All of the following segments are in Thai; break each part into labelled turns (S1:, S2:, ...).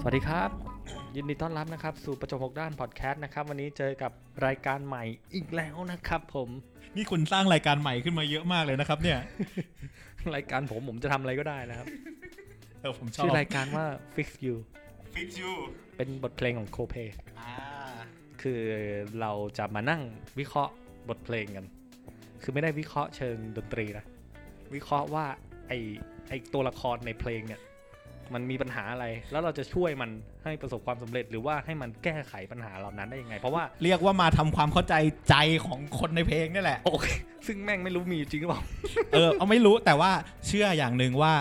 S1: สวัสดีครับ ยินดีต้อนรับนะครับ สู่ประจบหกด้านพอดแคสต์นะครับ วันนี้เจอกับรายการใหม่อีกแล้วนะครับ ผม
S2: นี่คุณสร้างรายการใหม่ขึ้นมาเยอะมากเลยนะครับ เนี่ย
S1: รายการผมผมจะทำอะไรก็ได้นะครับ
S2: เออผมชอบ
S1: ชื่อรายการว่า Fix You
S2: Fix You
S1: เป็นบทเพลงของโคเพ
S2: อ่า
S1: คือเราจะมานั่งวิเคราะห์บทเพลงกัน คือไม่ได้วิเคราะห์เชิงดนตรีนะ วิเคราะห์ว่าไอไอตัวละครในเพลงเนี่ย มันมีปัญหาอะไร แล้วเราจะช่วยมันให้ประสบความสำเร็จ หรือว่าให้มันแก้ไขปัญหาเหล่านั้นได้ยังไง เพราะว่า
S2: เรียกว่ามาทำความเข้าใจใจของคนในเพลงนี่แหละ
S1: โอเค ซึ่งแม่งไม่รู้มีอยู่จริงหรือเปล่า
S2: เออเอาไม่รู้แต่ว่าเชื่ออย่างหนึ่งว่า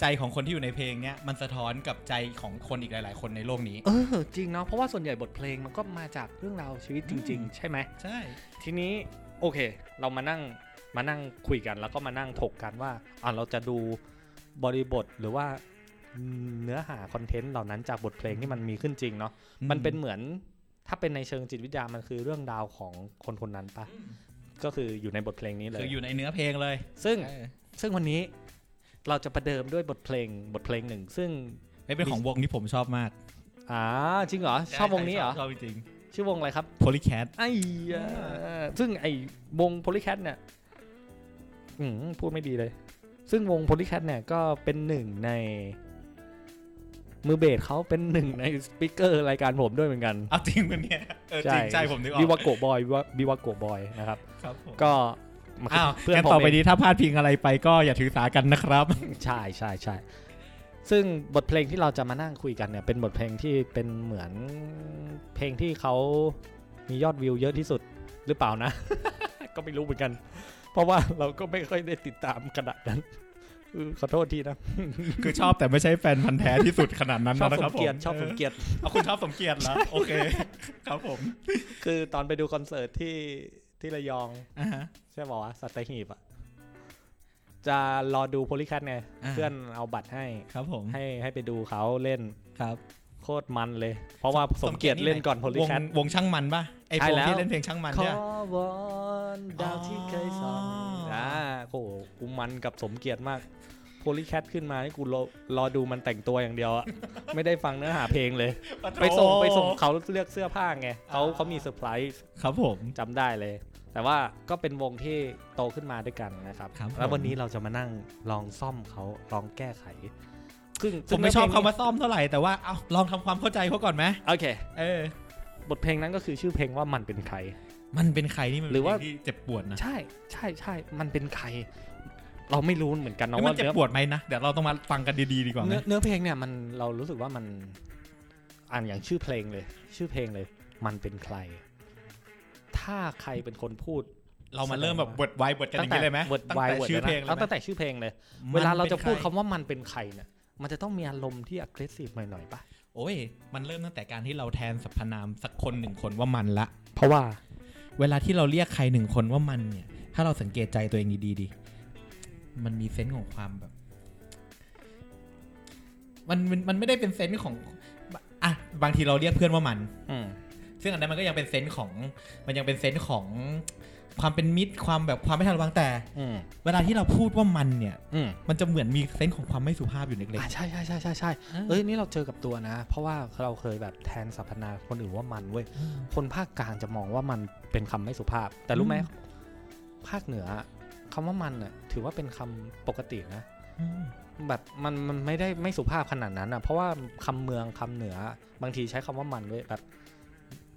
S2: ใจของคนที่อยู่ในเพลงเนี้ยมันสะท้อนกับใจของคนอีกหลาย ๆ คนในโลกนี้
S1: เออจริงเนาะเพราะว่าส่วนใหญ่บทเพลงมันก็มาจากเรื่องราวชีวิตจริง
S2: อืม
S1: ๆ ใช่ไหม
S2: ใช่
S1: ทีนี้โอเค เรามานั่งมานั่งคุยกัน แล้วก็มานั่งถกกันว่าอ่าเราจะดูบริบทหรือว่าเนื้อหาคอนเทนต์เหล่านั้นจากบทเพลงที่มันมีขึ้นจริงเนาะมันเป็นเหมือนถ้าเป็นในเชิงจิตวิทยามันคือเรื่องราวของคนคนนั้นปะ
S2: อืม
S1: ก็คืออยู่ในบทเพลงนี้เลย
S2: คืออยู่ในเนื้อเพลงเลย
S1: ซึ่ง
S2: เออ
S1: ซึ่งวันนี้เราจะประเดิมด้วยบทเพลงบทเพลงหนึ่ง ซึ่ง
S2: เฮ้ยเป็นของวงที่ผมชอบมาก
S1: อ่าจริงเหรอชอบวงนี้เหรอ
S2: ชอบจริง
S1: ชื่อวงอะไรครับ
S2: ๆ Polycat
S1: ไอ้เหี้ยซึ่งไอ้วงโพลิแคทเนี่ยอืมพูดไม่ดีเลย ซึ่งวงโพลิแคทเนี่ยก็เป็นหนึ่งใน มือเบสเขาเป็นหนึ่งในสปิเกอร์รายการผมด้วยเหมือนกัน
S2: เอาจริงมันเนี่ยเออจริงใจผมนึกออ
S1: บิ
S2: ก
S1: วาโกบอยบิวาโกบอยนะครับ
S2: ครับผม
S1: ก็
S2: อ้าว
S1: เพื่อน
S2: งั้น
S1: ผม
S2: ต่อไป
S1: เอง
S2: นี้ถ้าพลาดพิงอะไรไปก็อย่าถือสากันนะครับ
S1: ใช่ใช่ใช่ซึ่งบทเพลงที่เราจะมานั่งคุยกันเนี่ย เป็นบทเพลงที่เป็นเหมือนเพลงที่เขามียอดวิวเยอะที่สุดหรือเปล่านะ ก็ไม่รู้เหมือนกัน เพราะว่าเราก็ไม่ค่อยได้ติดตามขนาดนั้นเออขอโทษทีนะ
S2: คือชอบแต่ไม่ใช่แฟนพันธ์แท้ที่สุดขนาดนั้น
S1: ชอบ
S2: นะ
S1: ส
S2: ครับ
S1: ม
S2: ผม
S1: เกียรติชอบสมเกียรติ
S2: เอาคุณชอบสมเกียรติเหรอโอเค ครับผม
S1: คือตอนไปดูคอนเสิร์ตที่ที่ระยอง
S2: อ่าฮะ
S1: ใช่ป่าวะสัตหีบอ่ะ จะรอดูโพลิคัทไง
S2: อ่า
S1: เพื่อนเอาบัตรให้
S2: ครับผม
S1: ให้ให้ไปดูเขาเล่น
S2: ครับ
S1: โคตรมันเลย เพราะว่าสมเกียรติเล่นก่อนโพลิ
S2: วง
S1: คัท
S2: วงช่างมันป่ะไอ้
S1: ใช่
S2: วง
S1: แล้ว
S2: ที่เล่นเพลงช่างมัน
S1: ขอ
S2: เนี่ย
S1: วอนดาวที่เคยส่องอ่าโอ้โหกูมันกับสมเกียรติมาก โพลิแคทขึ้นมาให้กูรอรอดูมันแต่งตัวอย่างเดียว อะไม่ได้ฟังเนื้อหาเพลงเลย
S2: ปะโถ
S1: ไปส่งไปส่งเขาเลือกเสื้อผ้าไงเขาเขามีเซอร์ไพรส์
S2: ครับผม
S1: จำได้เลย แต่ว่าก็เป็นวงที่โตขึ้นมาด้วยกันนะครับ
S2: ครับ
S1: แล้ว
S2: ผม
S1: วันนี้เราจะมานั่งลองซ่อมเขาลองแก้ไข ซึ่ง
S2: ผ
S1: ซึ่ง
S2: มไม่ชอบ
S1: เนื้
S2: คำ
S1: เพลง
S2: ว่าซ่อมเท่าไหร่แต่ว่าเอาลองทำความเข้าใจเขาก่อนไหม
S1: โอเค
S2: เออ
S1: บทเพลงนั้นก็คือชื่อเพลงว่ามันเป็นใคร
S2: มันเป็นใครนี่มัน
S1: หรือว่า
S2: เป็นเพลงที่เจ็บปวดนะ
S1: ใช่ใช่ใช่ มันเป็นใคร เราไม่รู้เหมือนกันนะ
S2: เอ้ยมัน
S1: ว่า
S2: เจ็บ
S1: เนื้อ
S2: ปวดไหมนะเดี๋ยวเราต้องมาฟังกันดีๆดีกว่าไหม
S1: เนื้อเนื้อเพลงเนี่ยมันเรารู้สึกว่ามันอ่านอย่างชื่อเพลงเลย ชื่อเพลงเลย มันเป็นใคร ถ้าใครเป็นคนพูด
S2: เรามาเริ่มแบบบทไวบทกันอย่างนี้เลยไหม
S1: เวิร์ด
S2: ตั้ง
S1: ไว
S2: แต่
S1: เวิร์ด
S2: ชื่อเพลง
S1: นะ
S2: เลย
S1: เอา
S2: ไหม
S1: ตั้งแต่ชื่อเพลงเลย เวลาเราจะพูดคำ
S2: มันป็นใค
S1: ว่ามันเป็นใครเนี่ย มันจะต้องมีอารมณ์ที่ aggressive หน่อยๆป่ะ
S2: โอ้ยมันเริ่มตั้งแต่การที่เราแทนสรรพนามสักคนหนึ่งคนว่ามันละ
S1: เพราะว่า
S2: เวลาที่เราเรียกใครหนึ่งคนว่ามันเนี่ย ถ้าเราสังเกตใจตัวเองดีๆดิมันมีเซนส์ของความแบบ มันมันมันไม่ได้เป็นเซนส์ของอ่ะบางทีเราเรียกเพื่อนว่ามัน
S1: อืม
S2: ซึ่งอันนั้นมันก็ยังเป็นเซนส์ของ มันยังเป็นเซนส์ของความเป็นมิตรความแบบความไม่ทันระวังแต่
S1: อืม
S2: เวลาที่เราพูดว่ามันเนี่ย
S1: อืม
S2: มันจะเหมือนมีเซนส์ของความไม่สุภาพอยู่เล็ก
S1: อ่ะใช่ใช่ใช่ใช่ใช่
S2: ๆ
S1: เอ้ยนี่เราเจอกับตัวนะ เพราะว่าเราเคยแบบแทนสรรพนามคนอื่นว่ามันเว้ย
S2: อืม
S1: คนภาคกลางจะมองว่ามันเป็นคำไม่สุภาพ แต่รู้ไหม
S2: อืม
S1: ภาคเหนืออะคำว่ามันน่ะถือว่าเป็นคำปกตินะ
S2: อืม
S1: แบบมันมันไม่ได้ไม่สุภาพขนาดนั้นอ่ะเพราะว่าคำเมืองคำเหนือ บางทีใช้คำว่ามันด้วยแบบ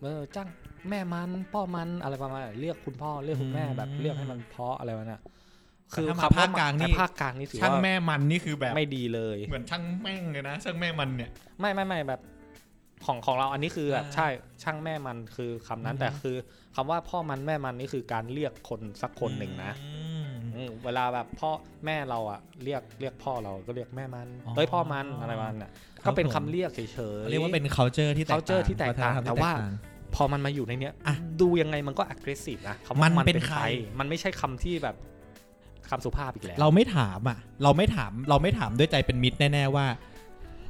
S1: เออจ้างแม่มันพ่อมันอะไรประมาณนั้นเรียกคุณพ่อเรียกคุณแม่แบบเรียกให้มันเพาะอะไรวะเนี่ยคือ
S2: แต่
S1: คำว่า
S2: ถ้ามาภาคกลางนี่
S1: แต่ภาคกลางนี่ถือ
S2: ช่าง
S1: ว่า
S2: แม่มันนี่คือแบบ
S1: ไม่ดีเลย
S2: เหมือนช่างแม่งเลยนะช่างแม่มันเนี่ย
S1: ไม่ไม่ไม่แบบของของเราอันนี้คือแบบ
S2: อ่า
S1: ใช่ช่างแม่มันคือคำนั้น
S2: อือฮึ
S1: แต่คือคำว่าพ่อมันแม่มันนี่คือการเรียกคนสักคนหนึ่งนะ
S2: อืม
S1: เ มเวลาแบบพ่อแม่เราอะเรียกเรียกพ่อเราก็เรียกแม่มัน
S2: อ๋อ
S1: เอ้ยพ่อมันอะไรมันอ่ะ
S2: ครับ
S1: ก็เป็นคำเรียกเฉยๆ
S2: เรียกว่าเป็น culture ที่แตกต่าง
S1: culture ที่แตกต่าง
S2: วัฒนธรรม
S1: แต่
S2: ที่
S1: ว่า
S2: ต่ง
S1: พอมันมาอยู่ในเนี้ย
S2: อ่ะ
S1: ดูยังไงมันก็ aggressive นะคำว่า
S2: มั
S1: มัน น
S2: เป็
S1: เป็น น
S2: ใค
S1: ใค
S2: ร
S1: ร มันไม่ใช่คำที่แบบคำสุภาพอีกแล้ว
S2: เราไม่ถามอ่ะ เราไม่ถามเราไม่ถามด้วยใจเป็นมิตรแน่ๆว่า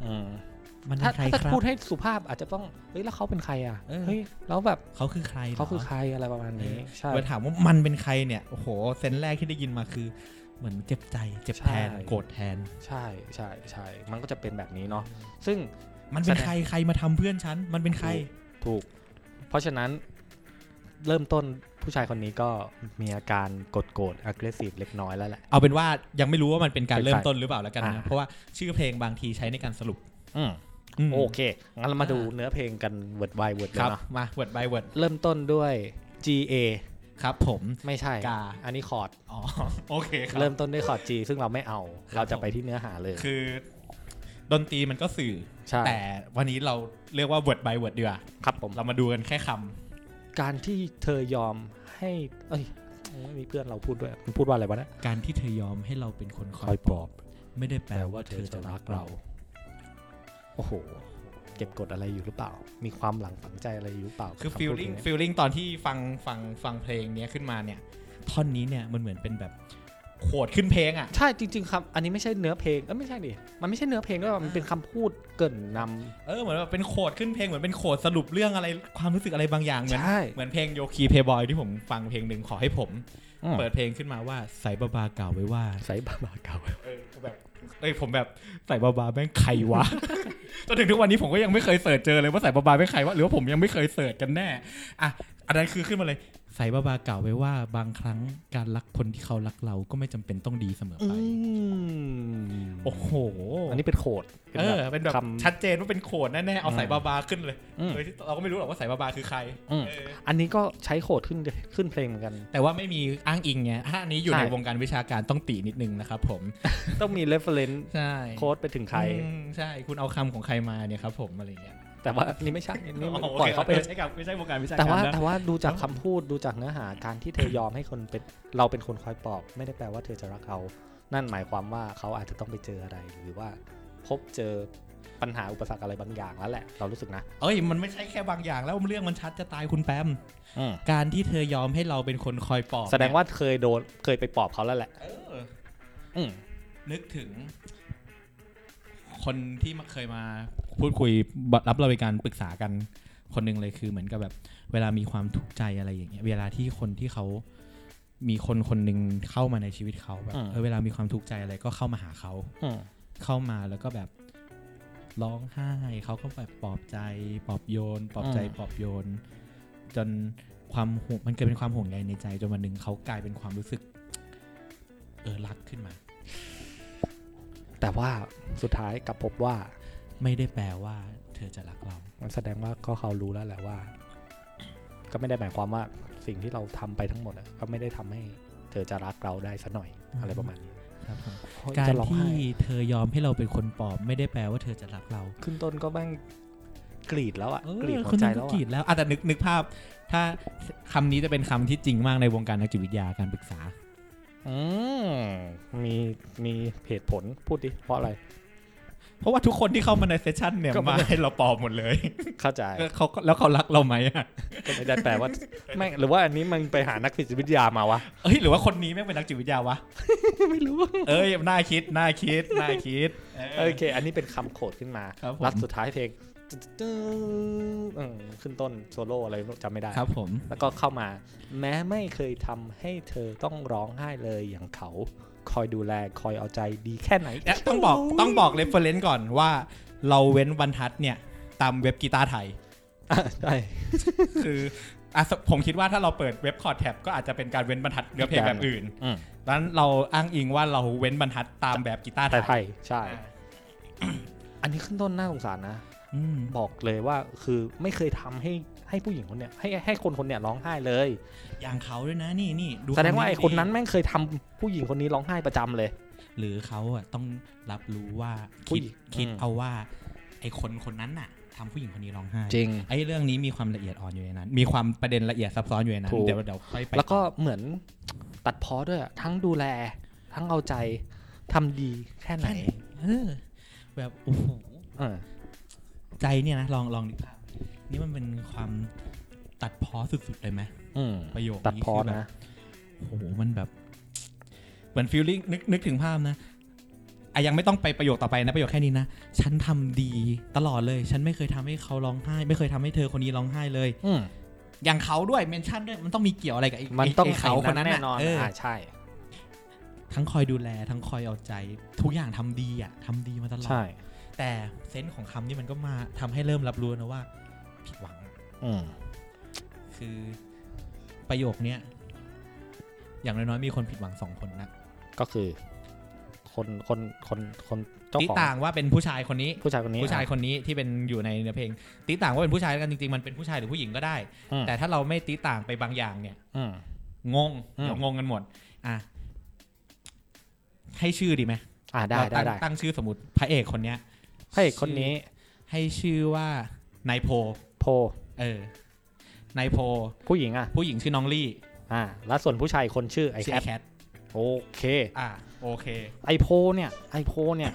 S1: อืม
S2: มันเป็
S1: ถ้าน
S2: ใคร
S1: ถ้า
S2: ค
S1: จะ
S2: รับ
S1: พูดให้สุภาพอาจจะต้องเฮ้ยแล้วเขาเป็นใครอ่ะ
S2: เออ
S1: เฮ้ยแล้วแบบ
S2: เขาคือใครหร
S1: เขาคือใครอะไรประมาณนี้ใช่
S2: เวลาถามว่ามันเป็นใครเนี่ยโอ้โหเซนส์แรกที่ได้ยินมาคือ เหมือนเจ็บใจเจ็บแทน
S1: ใช่
S2: โกรธแทน
S1: ใช่ใช่ใช่มันก็จะเป็นแบบนี้เนาะซึ่ง
S2: มันเป็น
S1: แสดง
S2: ใครใครมาทำเพื่อนฉันมันเป็นใคร
S1: ถูก เพราะฉะนั้นเริ่มต้นผู้ชายคนนี้ก็มีอาการกดโกรธ aggressive เล็กน้อยแล้วแหละ
S2: เอาเป็นว่ายังไม่รู้ว่ามันเป็นการ
S1: เป็นใคร
S2: เริ่มต้นหรือเปล่าแล้วกันนะ
S1: อ่า
S2: เพราะว่าชื่อเพลงบางทีใช้ในการสรุป
S1: อืม
S2: ม
S1: โอเค งั้นเรามาดูเนื้อเพลงกันเวิร์ดไวเวิร์ดเลย
S2: ครับ
S1: เนาะ
S2: มาเวิร์ดบายเวิร์ด
S1: เริ่มต้นด้วย G A
S2: ครับ ผม
S1: ไม่ใช่
S2: กา
S1: อันนี้คอร์ด
S2: อ๋อโอเคครับ
S1: เริ่มต้นด้วยคอร์ด G ซึ่งเราไม่เอา
S2: ครับ
S1: เราจะไปที่เนื้อหาเลย
S2: คือ ดนตรีมันก็สื่อ
S1: ใช่
S2: แต่วันนี้เราเรียกว่า word by word ดีกว่า
S1: ครับผม
S2: เรามาดูกันแค่ค
S1: การที่เธอยอมให้ เอ้ย มีเพื่อนเราพูดด้วย มันพูดว่าอะไรวะนะ
S2: ำการที่เธอยอมให้เราเป็นคนค
S1: ค
S2: อ
S1: อย ยปลอบ
S2: ไม่ได้แป
S1: แป
S2: ล
S1: ล
S2: ว่า
S1: ว่า
S2: เธ
S1: เธ
S2: อ
S1: อ
S2: จะ
S1: จะ
S2: รั
S1: รั
S2: ก
S1: ก
S2: เรา
S1: เรา โอ้โห เก็บกดอะไรอยู่หรือเปล่า มีความหลังฝังใจอะไรอยู่หรือเปล่า
S2: คือ
S1: กับำพูด
S2: feeling
S1: ย่างเงี้ย
S2: feeling ตอนที่ฟังฟังฟังเพลงเนี้ยขึ้นมาเนี่ย ท่อนนี้เนี่ยมันเหมือนเป็นแบบโขดขึ้นเพลงอ่ะ
S1: ใช่จริง ๆ ครับ อันนี้ไม่ใช่เนื้อเพลง เออไม่ใช่ดิ มันไม่ใช่เนื้อเพลงด้วยว่ะมันเป็นคำพูดเกรินนำ
S2: เออเหมือนแบบเป็นโขดขึ้นเพลงเหมือนเป็นโขดสรุปเรื่องอะไรความรู้สึกอะไรบางอย่างเหมือน
S1: ใช่
S2: เหมือนเพลงโยคีเพย์บอยที่ผมฟังเพลงหนึ่งขอให้ผม เปิดเพลงขึ้นมาว่าใส่บาบาเกล่าวไว้ว่า
S1: ใส่บาบาเก่า
S2: เออผมแบบเอ้ยผมแบบใส่บาบาแม่งใครว ะ จนถึงทุกวันนี้ผมก็ยังไม่เคยเสิร์ชเจอเลยว่าใส่บาบาแม่งใครวะหรือว่าผมยังไม่เคยเสิร์ชกันแน่อ่ะอันนั้นคือขึ้นมาเลยใส่บาบาเกล่าวไว้ว่า บางครั้งการรักคนที่เขารักเราก็ไม่จำเป็นต้องดีเสมอ
S1: อื
S2: ไป
S1: ม
S2: โอ้โห
S1: อันนี้เป็นโขด
S2: เออเป็นแบบ
S1: คำ
S2: ชัดเจนว่าเป็นโขนแน่ๆเอาใส่บาบาขึ้นเลย
S1: อืม
S2: โดยที่เราก็ไม่รู้หรอกว่าใส่บาบาคือใคร
S1: อืม
S2: เออ
S1: อันนี้ก็ใช้โขดขึ้นขึ้นเพลงเหมือนกัน
S2: แต่ว่าไม่มีอ้างอิงไงถ้าอันนี้อยู่
S1: ใช่
S2: ในวงการวิชาการต้องตีนิดนึงนะครับผม
S1: ต้องมี reference
S2: ใช่
S1: โค้ดไปถึงใคร
S2: อืมใช่คุณเอาคำของใครมาเนี่ยครับผมอะไรอย่างเงี้ย
S1: แต่ว่าอันนี่ไม่ใช่อันนี่มัน
S2: โค
S1: ปล่อยเขาไป
S2: ใช่ครับไม่ใช่วงการวิชา
S1: แต่
S2: การ
S1: ว่า
S2: นะ
S1: แต่ว่าดูจากคำพูดดูจากเนื้อหาการที่เธอยอมให้คนเป็นเราเป็นคนคอยปลอบ ไม่ได้แปลว่าเธอจะรักเรา นั่นหมายความว่าเขาอาจจะต้องไปเจออะไร หรือว่าพบเจอปัญหาอุปสรรคอะไรบางอย่างแล้วแหละ เรารู้สึกนะ
S2: เอ้ยมันไม่ใช่แค่บางอย่างแล้วเรื่องมันชัดจะตายคุณแปม
S1: อืม
S2: การที่เธอยอมให้เราเป็นคนคอยปลอบ
S1: แสดงว่าเคยโดนเคยไปปลอบเขาแล้วแหละ
S2: เออ
S1: อืม
S2: นึกถึง คนที่มาเคยมาพูดคุยรับบริการปรึกษากันคนหนึ่งเลยคือเหมือนกับแบบ เวลามีความทุกข์ใจอะไรอย่างเงี้ย เวลาที่คนที่เขา มีคนคนหนึ่งเข้ามาในชีวิตเขาแบบเออเวลามีความทุกข์ใจอะไรก็เข้ามาหาเขา
S1: อืม
S2: เข้ามาแล้วก็แบบร้องไห้เขาก็แบบปลอบใจปลอบโยนปลอบใจ
S1: อืม
S2: ปลอบโยน จนความห่วงมันเกิดเป็นความห่วงใยในใจจนวันหนึ่งเขากลายเป็นความรู้สึก เออรักขึ้นมา
S1: แต่ว่าสุดท้ายกลับพบว่า
S2: ไม่ได้แปลว่าเธอจะรักเรา
S1: มันแสดงว่าก็เขารู้แล้วแหละว่า ก็ไม่ได้หมายความว่าสิ่งที่เราทำไปทั้งหมดอะก็ไม่ได้ทำให้ เธอจะรักเราได้สัหน่อยอะไรประมาณนี้
S2: ครับผม
S1: โอ้ย
S2: การ
S1: จะร้องไห้
S2: ที่เธอยอมให้เราเป็นคนปลอบ ไม่ได้แปลว่าเธอจะรักเรา
S1: ขึ้นต้นก็แม่งกรีดแล้วอะ
S2: เออก
S1: รีดหั
S2: คุ
S1: ว
S2: ณ
S1: ใจ
S2: นึก
S1: แล้ว
S2: กรี
S1: อะ
S2: ดแล้วอ่ะแต่นึกนึกภาพ ถ้าคำนี้จะเป็นคำที่จริงมากในวงการนักจิตวิทยาการปรึกษา
S1: อืมมีมีเหตุผลพูดดิเพราะอะไร
S2: เพราะว่าทุกคนที่เข้ามาในเซสชันเนี่ย
S1: ก็ไม่
S2: มาให้เราปลอบหมดเลย
S1: เข้าใจ
S2: แล้วเขาก็แล้วเขารักเราไหมอ่ะ
S1: ก็ไม่ได้แปลว่าแม่งหรือว่าอันนี้มันไปหานักจิตวิทยามาวะ
S2: เอ้ยหรือว่าคนนี้ไม่งเป็นนักจิตวิทยาวะ
S1: ไม่รู้
S2: เอ้ยน่าคิดน่าคิดน่าคิดเออ
S1: โอเค อันนี้เป็นคำโขดขึ้นมา
S2: ครับผม
S1: รัดสุดท้ายเพลงตึ๊ดตึ๊ดเออขึ้นต้นโซโล่อะไรไม่รู้จำไม่ได้
S2: ครับผม
S1: แล้วก็เข้ามา แม้ไม่เคยทำให้เธอต้องร้องไห้เลยอย่างเขา คอยดูแลคอยเอาใจดีแค่ไหน
S2: และต้องบอกต้องบอกเรฟเฟรนซ์ก่อนว่า เราเว้นบรรทัดเนี่ย ตามเว็บกีตาร์ไทย
S1: อ่ะได้
S2: คืออ่ะสผมคิดว่าถ้าเราเปิดเว็บคอร์ดแท็บก็อาจจะเป็นการเว้นบรรทัดเนื้อเพลงแบบอื่น
S1: อืม
S2: ดังนั้นเราอ้างอิงว่าเราเว้นบรรทัดตามแบบกีตาร์
S1: แต่ไท
S2: ไทย
S1: ยใช่ อันนี้ขึ้นต้นน่าสงสารนะ
S2: อืม
S1: บอกเลยว่าคือไม่เคยทำให้ให้ผู้หญิงคนเนี้ยให้ให้คนคนเนี้ยร้องไห้เลย
S2: อย่างเขาด้วยนะนี่นี่
S1: แสดงว่าไอ้คนนั้นแม่งเคยทำผู้หญิงคนนี้ร้องไห้ประจำเลย
S2: หรือเขาอ่ะต้องรับรู้ว่า
S1: ผู้
S2: คิด
S1: หญิง
S2: คิด
S1: อืม
S2: เอาว่า ไอ้คนคนนั้นน่ะ ทำผู้หญิงคนนี้ร้องไห้
S1: จริง
S2: ไอ้เรื่องนี้มีความละเอียดอ่อนอยู่ในนั้น มีความประเด็นละเอียดซับซ้อนอยู่ในนั้น
S1: ถูก
S2: เดี๋ยวเดี๋ยวค่อยไป
S1: แล้วก็เหมือนตัดพ้อด้วยอะทั้งดูแล ทั้งเอาใจทำดีแค่ไหน
S2: แค่เออแบบโอ้โห
S1: เออ
S2: ใจเนี่ยนะลองลองนึกภาพนี่มันเป็นความตัดพ้อสุดๆเลยไหม
S1: อืม
S2: ประโยคนี้
S1: ตัดพ้อ
S2: คืแบบ
S1: นะ
S2: โอ้โหมันแบบเหมือนฟีลลิ่งนึกนึกถึงภาพนะอะยังไม่ต้องไปประโยคต่อไปนะประโยคแค่นี้นะฉันทำดีตลอดเลย ฉันไม่เคยทำให้เขาร้องไห้ ไม่เคยทำให้เธอคนนี้ร้องไห้เลย
S1: อืม
S2: อย่างเขาด้วยเมนชั่นด้วยมันต้องมีเกี่ยวอะไรกับไอ้
S1: มันต้อง
S2: ไเขาคนนั้น
S1: แน่นอนะ
S2: เ
S1: อ่าใช่
S2: ทั้งคอยดูแล ทั้งคอยเอาใจ ทุกอย่างทำดีอ่ะทำดีมาตลอด
S1: ใช่
S2: แต่เซนส์ของคำนี่มันก็มาทำให้เริ่มรับรู้นะว่า ผิดหวังอะ
S1: อืม
S2: คือประโยคเนี้ยอย่างน้อยๆมีคนผิดหวังสองคนนะ
S1: ก็คือ คนคนคนคนเจ้า
S2: ติ
S1: ของ
S2: ต่างว่าเป็นผู้ชายคนนี้
S1: ผู้ชายคนนี้
S2: ผู้ชายคนนี้ที่เป็นอยู่ในเนื้อเพลงติต่างว่าเป็นผู้ชายกันจริงๆมันเป็นผู้ชายหรือผู้หญิงก็ได้
S1: อืม
S2: แต่ถ้าเราไม่ติต่างไปบางอย่างเนี่ย
S1: อืม
S2: งง
S1: อืม
S2: เดี๋ยวงงกันหมดอ่ะให้ชื่อดีไหม
S1: อ่าได้
S2: เรา
S1: ได้
S2: ตั้ง
S1: ได้
S2: ตั้งชื่อสมมติพระเอกคนเนี้ย
S1: พระเอกคนนี้
S2: ให้ชื่อว่านายโพ
S1: โพ
S2: เออนายโพ
S1: ผู้หญิงอ่ะ
S2: ผู้หญิงชื่อน้องลี่
S1: อ่า แล้วส่วนผู้ชายคนชื่อไอ
S2: ชื่
S1: แค
S2: อ
S1: ท
S2: ไอแคท
S1: โอเค
S2: อ่ะโอเค
S1: ไอโพเนี่ยไอโพเนี่ย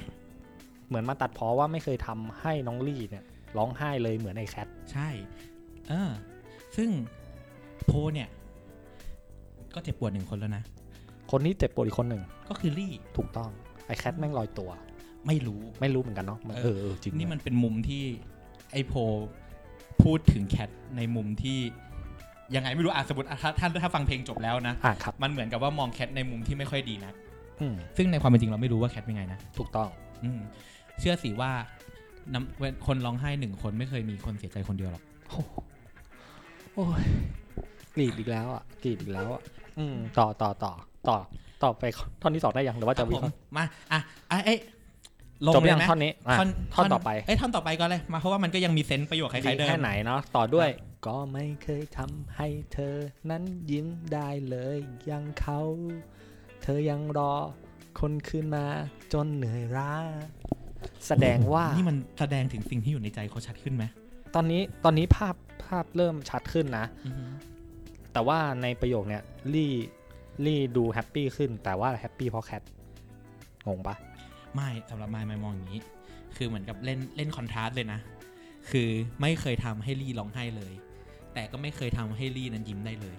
S1: เหมือนมาตัดเพอว่าไม่เคยทำให้น้องลี่เนี่ยร้องไห้เลยเหมือนไอแคท
S2: ใช่ เออ ซึ่งโพเนี่ย ก็เจ็บปวดหนึ่งคนแล้วนะ
S1: คนนี้เจ็บปวดอีกคนหนึ่ง
S2: ก็คือลี่
S1: ถูกต้องไอแคทแม่งลอยตัว
S2: ไม่รู้
S1: ไม่รู้เหมือนกันเนาะมันเออเออจริง
S2: นี่
S1: ด้วย
S2: มันเป็นมุมที่ไอโพพูดถึงแคทในมุมที่ ยังไงไม่รู้อ่ะสมมติอ่ะถ้าท่านถ้าฟังเพลงจบแล้วนะ
S1: อ่ะครับ
S2: มันเหมือนกับว่ามองแคทในมุมที่ไม่ค่อยดีนะ
S1: อืม
S2: ซึ่งในความเป็นจริงเราไม่รู้ว่าแคทเป็นไงนะ
S1: ถูกต้อง
S2: อืม เชื่อสิว่าน้ำเว้นคนร้องไห้หนึ่งคนไม่เคยมีคนเสียใจคนเดียวหรอก
S1: โอ้โหโอ้ยกรีดอีกแล้วอ่ะกรีดอีกแล้วอ่ะอืมต่อต่อต่อต่อต่อไปท่อนที่สองได้ยังหรือว่าจะวิ
S2: ผ
S1: เค
S2: ม
S1: ราะห์
S2: มา อ่ะอ่ะเอ้ยลง
S1: จบ
S2: เล
S1: ยั
S2: ย
S1: ง
S2: ไหม
S1: ท่อนนี้อ่ะท่อนต่อไป
S2: เอ้ยท่อนต่อไปก็เลยมาเพราะว่ามันก็ยังมีเซนส์ประโยคคล้ายๆ
S1: ดี
S2: เดิ
S1: แค่
S2: ม
S1: ไหนเนาะต่อด้วย ก็ไม่เคยทำให้เธอ นั้นยิ้มได้เลยยังเขา เธอยังรอ คนคืนมาจนเหนื่อยล้าแสดงว่า
S2: นี่มันแสดงถึงสิ่งที่อยู่ในใจเขาชัดขึ้นไหม
S1: ตอนนี้ตอนนี้ภาพภาพเริ่มชัดขึ้นนะ แต่ว่าในประโยคเนี่ยลี่ลี่ดูแฮปปี้ขึ้น แต่ว่าแฮปปี้เพราะแคทงงปะ
S2: ไม่สำหรับไม่ไม่มองอย่างนี้ คือเหมือนกับเล่นเล่นคอนทราสต์เลยนะ คือไม่เคยทำให้ลี่ร้องไห้เลย แต่ก็ไม่เคยทำให้ลี่นั้นยิ้มได้เลย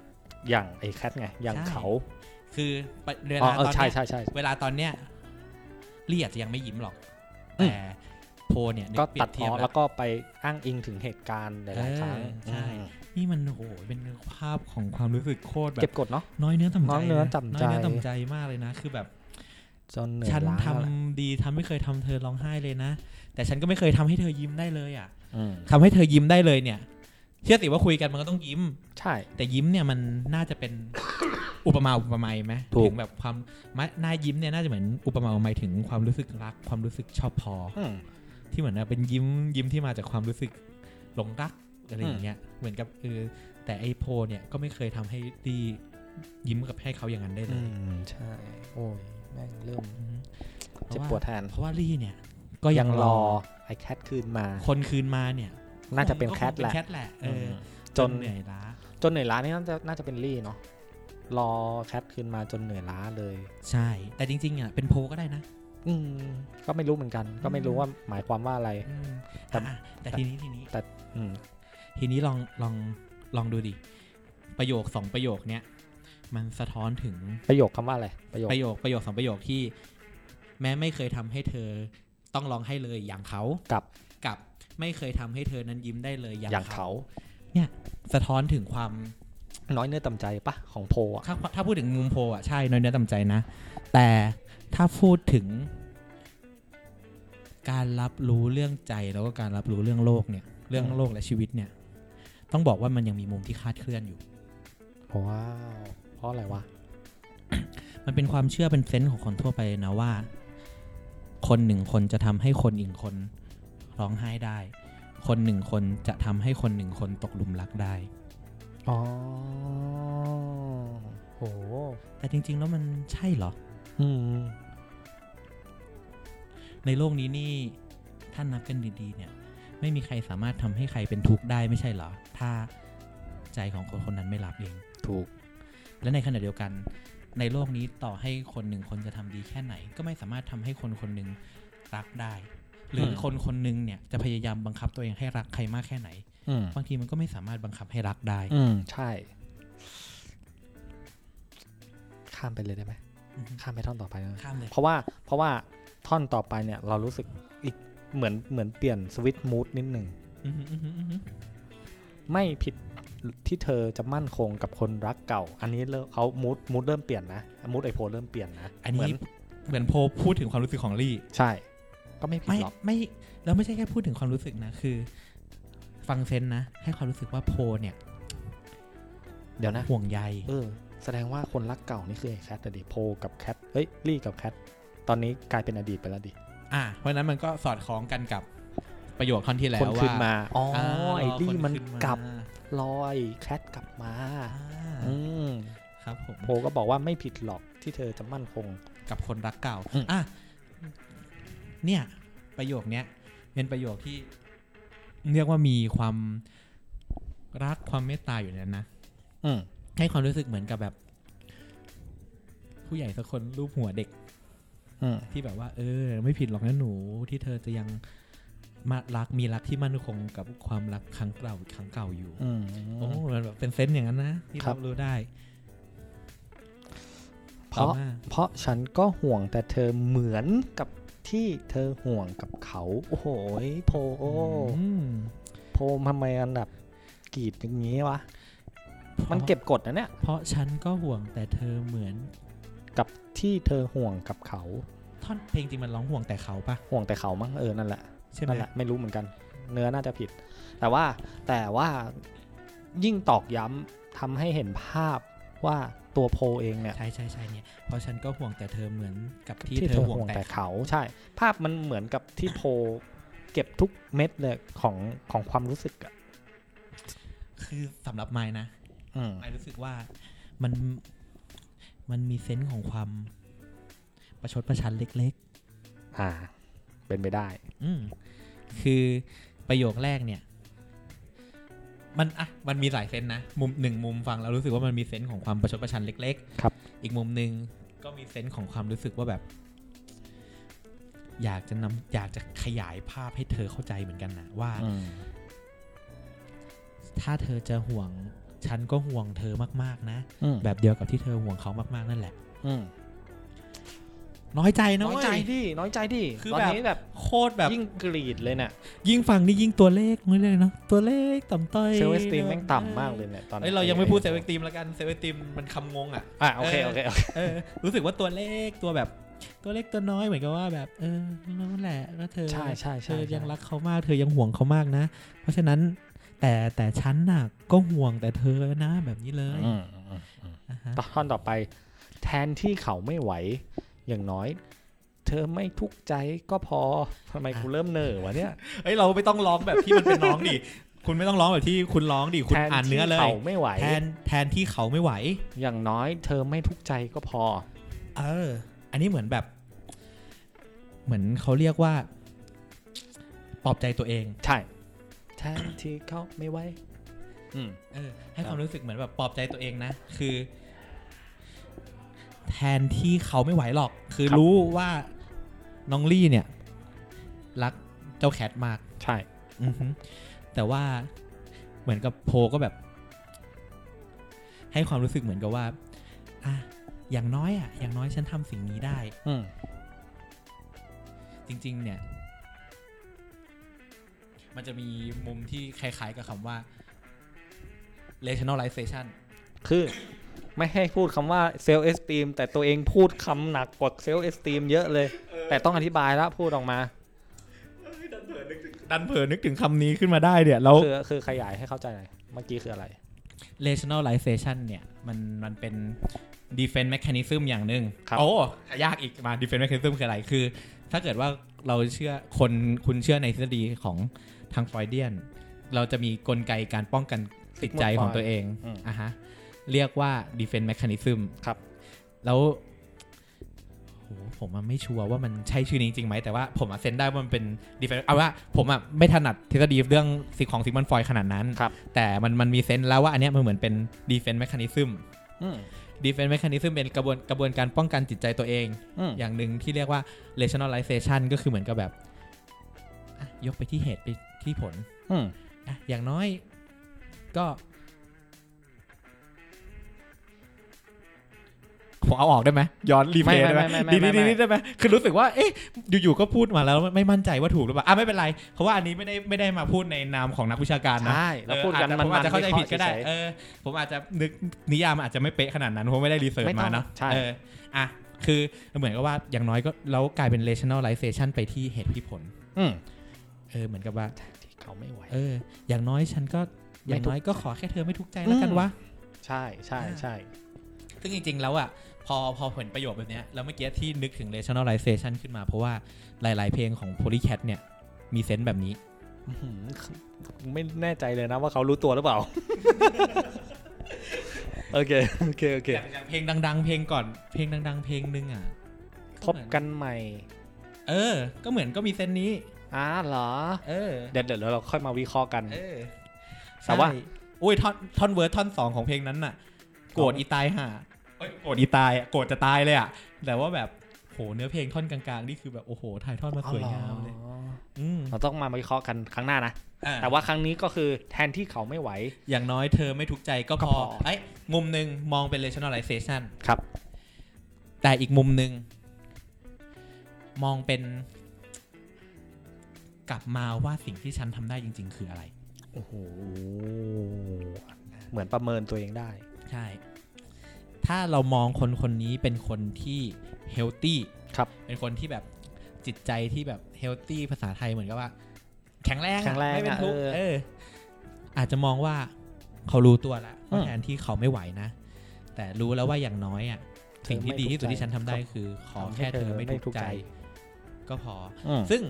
S1: อย่างไอ้แคทไงอย่าง
S2: ใช่
S1: เขา
S2: คือเว
S1: อ๋อ
S2: ลา
S1: เอ
S2: ต
S1: อ
S2: อน
S1: ใช่
S2: เนี้ย
S1: ใช่ใช่
S2: เวลาตอนเนี้ยลี่อาจจะยังไม่ยิ้มหรอก
S1: อืม
S2: แต่โพเนี่ยนึ
S1: ก็
S2: เปรีย
S1: ตัด
S2: บ
S1: พ
S2: เทีย
S1: อบ แล้วก็ไปอ้างอิงถึงเหตุการณ์ห
S2: เอ
S1: ลายๆครั้
S2: องใช่
S1: อืม
S2: นี่มันโอ้โหเป็นภาพของความรู้สึกโคตรแบ
S1: เก็
S2: บบ
S1: กดเนาะ
S2: น้อยเนื้อต่ำใจ
S1: น้อยเนื้อต่ำใจ
S2: น้อยเนื้อต่ำใจมากเลยนะคือแบบ
S1: จนเหนื่อย
S2: ฉัน
S1: ล้า
S2: ทำ
S1: แล้ว
S2: ดีทำไม่เคยทำเธอร้องไห้เลยนะ แต่ฉันก็ไม่เคยทำให้เธอยิ้มได้เลยอ่ะ
S1: อืม
S2: ทำให้เธอยิ้มได้เลยเนี่ย เชื่อสิว่าคุยกันมันก็ต้องยิ้ม
S1: ใช่
S2: แต่ยิ้มเนี่ยมันน่าจะเป็น อุปมาอุปไมยไหม
S1: ถูก
S2: ถึงแบบความมาหน้ายิ้มเนี่ยน่าจะเหมือนอุปมาอุปไมยถึงความรู้สึกรัก ความรู้สึกชอบพอ
S1: อืม
S2: ที่เหมือนว่าเป็นยิ้มยิ้มที่มาจากความรู้สึกหลงรักอะไรอ
S1: อื
S2: ย่าม งเงี้ย เหมือนกับเออแต่ไอโพเนี่ยก็ไม่เคยทำให้ดียิ้มกับให้เขาอย่างนั้นได้เล
S1: อื
S2: ย
S1: มใช่ โอ้ยแม่งเริ่ม
S2: อืม
S1: เจ็บปวดแทน
S2: เพราะว่าลี่เนี่ย ก็
S1: ยั
S2: ยัง
S1: ร
S2: งร
S1: อ
S2: อ
S1: ไอ้แคทคืนมา
S2: คนคืนมาเนี่ย
S1: น่าจะเป็นแคทแห
S2: ก็ง
S1: ละ
S2: เแคทแหละเออ
S1: ม
S2: จ
S1: จ
S2: น
S1: น
S2: เหนื่อยล้า
S1: จนเหนื่อยล้านี่น่าจะน่าจะเป็นลี่เนาะรอแคทคืนมาจนเหนื่อยล้าเลย
S2: ใช่ แต่จริงๆอ่ะเป็นโพก็ได้นะ
S1: อืมก็ไม่รู้เหมือนกัน ก็ไม่รู้ว่าหมายความว่าอะไร
S2: อืม
S1: แต่
S2: อ่ะแต่ทีนี้ทีนี้
S1: อืม
S2: ทีนี้ลองลองลองดูดิ ประโยคสองประโยคเนี้ยมันสะท้อนถึง
S1: ประโยคคำว่าอะไร ประโยค
S2: ประโยคประโยคสองประโยคที่ แม้ไม่เคยทำให้เธอต้องร้องให้เลยอย่างเขา
S1: กับ
S2: กับไม่เคยทำให้เธอนั้นยิ้มได้เลยอย่า
S1: อย่าง
S2: งเขา
S1: เขา
S2: สะท้อนถึงความ
S1: น้อยเนื้อต่ำใจปะของโพอ่ะ
S2: ถ้าถ้าพูดถึงมุมโพลอ่ะ ใช่น้อยเนื้อต่ำใจนะ แต่ถ้าพูดถึง การรับรู้เรื่องใจแล้วก็การรับรู้เรื่องโลกเนี่ย เรื่องโลกและชีวิตเนี่ย ต้องบอกว่ามันยังมีมุมที่คลาดเคลื่อนอยู่
S1: ว้าวเพราะอะไรวะ
S2: มันเป็นความเชื่อเป็นเซนส์ของคนทั่วไปนะว่า คนหนึ่งคนจะทำให้คนอีกคนร้องไห้ได้ คนหนึ่งคนจะทำให้คนหนึ่งคนตกหลุมรักได้
S1: อ๋อโห
S2: แต่จริง ๆ แล้วมันใช่เหรอ
S1: อืม
S2: ในโลกนี้นี่ถ้านับกันดีๆ เนี่ย ไม่มีใครสามารถทำให้ใครเป็นทุกข์ได้ไม่ใช่เหรอ ถ้าใจของคนคนนั้นไม่รับเอง
S1: ถูก
S2: และในขณะเดียวกัน ในโลกนี้ต่อให้คนหนึ่งคนจะทำดีแค่ไหน ก็ไม่สามารถทำให้คนคนหนึ่งรักได้ หรืออ
S1: ม
S2: คนคนหนึ่งเนี่ยจะพยายามบังคับตัวเองให้รักใครมากแค่ไหน
S1: อืม
S2: บางทีมันก็ไม่สามารถบังคับให้รักได้
S1: อืมใช่ ข้ามไปเลยได้ไหม
S2: อือฮึ
S1: ข้ามไปท่อนต่อไปเลย
S2: ข้ามเลย
S1: เพราะว่าเพราะว่าท่อนต่อไปเนี่ยเรารู้สึกอีกเหมือนเหมือนเปลี่ยนสวิตมูดนิดหนึ่ง
S2: อือหืออื้อหืออื้อหือ
S1: ไม่ผิดที่เธอจะมั่นคงกับคนรักเก่า อันนี้เริ่มเขามูดมูดเริ่มเปลี่ยนนะมูดไอโพลเริ่มเปลี่ยนนะ
S2: อัน
S1: เหมื
S2: นี้เหมือนโพพูดถึงความรู้สึกของลี่
S1: ใช่ ก็ไม่ผิด
S2: ไม่
S1: หรอก
S2: ไม่แล้วไม่ใช่แค่พูดถึงความรู้สึกนะ คือ ฟังเซนส์นะ ให้ความรู้สึกว่าโพเนี่ย
S1: เดี๋ยวนะ
S2: ห่วงใย
S1: เออ แสดงว่าคนรักเก่านี่คือไอแคทแต่ดิโพลกับแคทเฮ้ยลี่กับแคทตอนนี้กลายเป็นอดีตไปแล้วดิ
S2: อ่ะเพราะฉะนั้นมันก็สอดคล้องกันกับประโยคท่อนที่แล้ว
S1: คน
S2: ว่า
S1: ขึ้นมาอ๋อ
S2: าว
S1: ไอลี่มัน
S2: คขึ้
S1: กลับ
S2: า
S1: ลอยแคทกลับมา
S2: อ่า
S1: อืม
S2: ครับผม
S1: โพลก็บอกว่าไม่ผิดหรอกที่เธอจะมั่นคง
S2: กับคนรักเก่า
S1: อืม
S2: อ่ะเนี่ย ประโยคเนี้ยเป็นประโยคที่ เรียกว่ามีความรักความเมตตาอยู่ในนั้นนะ
S1: อืม
S2: ให้ความรู้สึกเหมือนกับแบบ ผู้ใหญ่สักคนรูปหัวเด็ก
S1: อืม
S2: ที่แบบว่าเออ ไม่ผิดหรอกนะหนูที่เธอจะยังมารักมีรักที่มั่นคงกับความรักครั้งเก่าครั้งเก่าอยู่
S1: อืม
S2: โอ้มันแบบเป็นเซนส์อย่างนั้นนะที่
S1: ครั
S2: รั
S1: บบ
S2: รู้ได้
S1: เพราะ
S2: ต่อม
S1: เพราะฉันก็ห่วงแต่เธอเหมือนกับที่เธอห่วงกับเขา โอ้โหยโพโอ
S2: ม
S1: โพทำไมอันแบบกรีดอย่างนี้วะ มันเก็บกดนะเนี่ย
S2: เพราะฉันก็ห่วงแต่เธอเหมือน
S1: กับที่เธอห่วงกับเขา
S2: ท่อนเพลงจริงมันร้องห่วงแต่เขาปะ
S1: ห่วงแต่เขามั้งเออนั่นแหละ
S2: ใช่ไหม
S1: นั่นแหละไม่รู้เหมือนกัน เนื้อน่าจะผิด แต่ว่าแต่ว่ายิ่งตอกย้ำทำให้เห็นภาพว่าตัวโพเองเนี่ย
S2: ใช่ใช่ใช่เนี่ยเพราะฉันก็ห่วงแต่เธอเหมือนกับที่
S1: ที่
S2: เธ
S1: เธ
S2: อ
S1: อ
S2: ห่
S1: ห่
S2: ว
S1: ว
S2: ง
S1: ง
S2: แต่
S1: แต่เขาใช่ ภาพมันเหมือนกับที่โพเก็บทุกเม็ดเลยของของความรู้สึกอ่ะ
S2: คือสำหรับไม้นะ
S1: อืม
S2: ไอรู้สึกว่ามันมันมีเซนส์ของความประชดประชันเล็ก
S1: อ่า เป็นไปได้
S2: ๆ อืมคือประโยคแรกเนี่ย มันอ่ะมันมีหลายเซนส์นะมุมหนึ่งมุมฟังแล้วรู้สึกว่ามันมีเซนส์ของความประชดประชันเล็กๆ
S1: ครับ
S2: อีกมุมหนึ่งก็มีเซนส์ของความรู้สึกว่าแบบ อยากจะนำอยากจะขยายภาพให้เธอเข้าใจเหมือนกันนะว่า
S1: อืม
S2: ถ้าเธอจะห่วง ฉันก็ห่วงเธอมากๆนะ
S1: อืม
S2: แบบเดียวกับที่เธอห่วงเขามากๆนั่นแหละ
S1: อืม
S2: น้อยใจนะ
S1: น้อย
S2: เว้ย
S1: ใจดิ น้อยใจดิ
S2: คือ
S1: ตอน
S2: แบบ
S1: นี้แบบ
S2: โคตรแบบ
S1: ยิ่งกรีดเลยเนี่ย
S2: ยิ่งฟังนี่ยิ่งตัวเลขน้อยเลยเนาะตัวเลขต่ำต้อย
S1: เซลล์สตีมแม่งต่ำมากเลยเนี่ยตอนนี้
S2: เอ้ยเรายังไม่พูดเซเว่นตีมแล้วกันเซเว่นตีมมันคำงงอ่ะ
S1: อ่ะโอเค
S2: เออ
S1: โอเคโอเค
S2: เออ รู้สึกว่าตัวเลขตัวแบบ ตัวเล็กตัวน้อยเหมือนกับว่าแบบ เออนั่นแหละว่าเธอ
S1: ใช่ใช่ใช่
S2: เธอ
S1: ใช่
S2: ยังรักเขามาก เธอยังห่วงเขามากนะ เพราะฉะนั้นแต่แต่ฉันน่ะก็ห่วงแต่เธอนะแบบนี้เลย
S1: อืมอืมอืม
S2: อ่าฮะ
S1: ต่อท่อนต่อไป แทนที่เขาไม่ไหว อย่างน้อย เธอไม่ทุกข์ใจก็พอทำไมกูเริ่มเหน่อวะเนี่ย
S2: เอ้ยเราไม่ต้องร้องแบบที่มันเป็นน้องดิ คุณไม่ต้องร้องแบบที่คุณร้องดิคุณ
S1: แทน
S2: อ่าน
S1: ที่
S2: เนื้อเลย
S1: เขาไม่ไหว
S2: แทนแทนที่เขาไม่ไหว
S1: อย่างน้อยเธอไม่ทุกข์ใจก็พอ
S2: เออ อันนี้เหมือนแบบ เหมือนเขาเรียกว่า ปลอบใจตัวเอง
S1: ใช่ แทนที่เขาไม่ไหวอืม
S2: เออ ให้
S1: ครับ
S2: ความรู้สึกเหมือนแบบปลอบใจตัวเองนะ คือ แทนที่เขาไม่ไหวหรอก คือรู้ว่าน้องลี่เนี่ย รักเจ้าแคทมาก
S1: ใช่
S2: อือฮึแต่ว่าเหมือนกับโพก็แบบ ให้ความรู้สึกเหมือนกับว่าอ่ะอย่างน้อยอ่ะ อย่างน้อยฉันทำสิ่งนี้ได้
S1: อืม
S2: จริง ๆ เนี่ย มันจะมีมุมที่คล้าย ๆ กับคำว่า rationalization
S1: คือไม่ให้พูดคำว่าเซลล์เอสตีมแต่ตัวเองพูดคำหนักกว่าเซลล์เอสตีมเยอะเลย แต่ต้องอธิบายแล้วพูดออกมา
S2: ดันเผลอนึกถึงคำนี้ขึ้นมาได้เนี่ยแล้ว
S1: คือคือขยายให้เข้าใจหน่อยเมื่อกี้คืออะไร
S2: rationalization เนี่ย มันมันเป็น defense mechanism อย่างหนึ่ง
S1: ครับ
S2: โอ้ยากอีกมา defense mechanism คืออะไรคือ ถ้าเกิดว่าเราเชื่อคนคุณเชื่อในทฤษฎีของทางฟรอยเดียน เราจะมีกลไกการป้องกันติดใจของตัวเอง
S1: อืม
S2: อ่ะฮะ เรียกว่า defense mechanism
S1: ครับ
S2: แล้ว ผมอะไม่ชัวร์ว่ามันใช่ชื่อนี้จริงไหมแต่ว่าผมอะเซนได้ว่ามันเป็นดีเฟนเอาว่าผมอะไม่ถนัดทฤษฎีเรื่องสิของซิกมันฟอยขนาดนั้น
S1: ครับ
S2: แต่มันมันมีเซนแล้วว่าอันเนี้ยมันเหมือนเป็นดีเฟน s ์แมคานิซึม
S1: อืม
S2: ดีเฟน s ์แมคานิซึมเป็นกระบวนกระบวนการป้องกันจิตใจตัวเอง
S1: อืม
S2: อย่างหนึ่งที่เรียกว่า rationalization ก็คือเหมือนกับแบบอ่ะยกไปที่เหตุไปที่ผล
S1: อืม
S2: อะอย่างน้อยก็ผมเอาออกได้ไหมย้อนรีเพลย์ได้ไหมดีดีดีได้ไหมคือรู้สึกว่าเอ๊ะอยู่ๆก็พูดมาแล้วไม่มั่นใจว่าถูกหรือเปล่าอ่ะไม่เป็นไรเพราะว่าอันนี้ไม่ได้ไม่ได้มาพูดในนามของนักวิชาการนะ
S1: ใช่แล้ว
S2: เออ
S1: พูดกัน
S2: อาจจะ
S1: มัน
S2: ผม
S1: มั
S2: อา
S1: น
S2: จจะเข้าใจผิดก็ได้
S1: วิเค
S2: เอ
S1: ราะห์
S2: อผมอาจจะนึกนิยามอาจจะไม่เป๊ะขนาดนั้นเพราะไม่ได้รีเสิร์ช
S1: ไม่ต้
S2: มา
S1: อง
S2: เนาะ
S1: ใช่
S2: เอออ่ะคือเหมือนกับว่าอย่างน้อยก็แล้วกลายเป็น rationalization ไปที่เหตุที่ผล
S1: ๆอืม
S2: เออเหมือนกับว่า
S1: ที่เขาไม่ไหว
S2: เออ อย่างน้อยฉันก็ อ
S1: ไม่
S2: ย่าง
S1: ทุก
S2: น้อยก็ขอแค่เธอไม่ทุกข์ใจแล้วกัน
S1: อืม
S2: วะ
S1: ใช่ใช่ใช่
S2: ซึ่งจริง ๆ แล้วอ่ะ พอพอผลประโยชน์แบบเนี้ย แล้วเมื่อกี้ที่นึกถึง rationalization ขึ้นมา เพราะว่าหลาย ๆ เพลงของ Polycat เนี่ย มีเซนส์แบบนี้
S1: อื้อหือไม่แน่ใจเลยนะว่าเขารู้ตัวหรือเป ล่า โอเค โอเค โอเค
S2: อย่างอย่างเพลงดัง ๆ เพลงก่อน เพลงดัง ๆ เพลงหนึงอ่ะ
S1: พบกันใหม่
S2: เออ ก็เหมือนก็มีเซนส์นี้
S1: อ้าเหรอ
S2: เออ
S1: เดี๋ยวเดี๋ยวเราค่อยมาวิเคราะห์กัน
S2: เออ
S1: แต่ว่า
S2: ใช่อุ้ยท่อนท่อนเวิร์ดท่อนสองของเพลงนั้นน่ะ โกรธอีตายห่าเอ้ยโกรธอีตายอะโกรธจะตายเลยอ่ะ แต่ว่าแบบโหเนื้อเพลงท่อนกลางๆ นี่คือแบบโอ้โหถ่ายทอดมาสวยงามเลย
S1: อ๋อ
S2: อืม
S1: เราต้องมาวิเคราะห์กันครั้งหน้านะ
S2: อ่ะ
S1: แต่ว่าครั้งนี้ก็คือแทนที่เขาไม่ไหว
S2: อย่างน้อยเธอไม่ทุกข์ใจก็
S1: ก็
S2: พ
S1: พ
S2: อ
S1: อ
S2: ไอ้ยมุมหนึ่งมองเป็น rationalization
S1: ครับ
S2: แต่อีกมุมหนึ่งมองเป็น กลับมาว่าสิ่งที่ฉันทำได้จริง ๆ คืออะไร
S1: โอ้โห เหมือนประเมินตัวเองได้
S2: ใช่ ถ้าเรามองคนคนนี้เป็นคนที่เฮลตี้
S1: ครับ
S2: เป็นคนที่แบบจิตใจที่แบบเฮลตี้ภาษาไทยเหมือนกับว่า แข็งแรงอะ
S1: แข็งแรงอะ
S2: ไม่เป็นทุกข์
S1: เออ
S2: เออ อาจจะมองว่าเขารู้ตัวแล้ว
S1: อื
S2: ว่าม แทนที่เขาไม่ไหวนะ แต่รู้แล้วว่าอย่างน้อยอ่ะ สิ่งที่ดีที่สุดที่ฉันทำได้คือ ขอแค่เธอไม่ทุกข์ใจ
S1: ไม่ทุกข์
S2: ก็พอ
S1: อืม
S2: ซึ่ง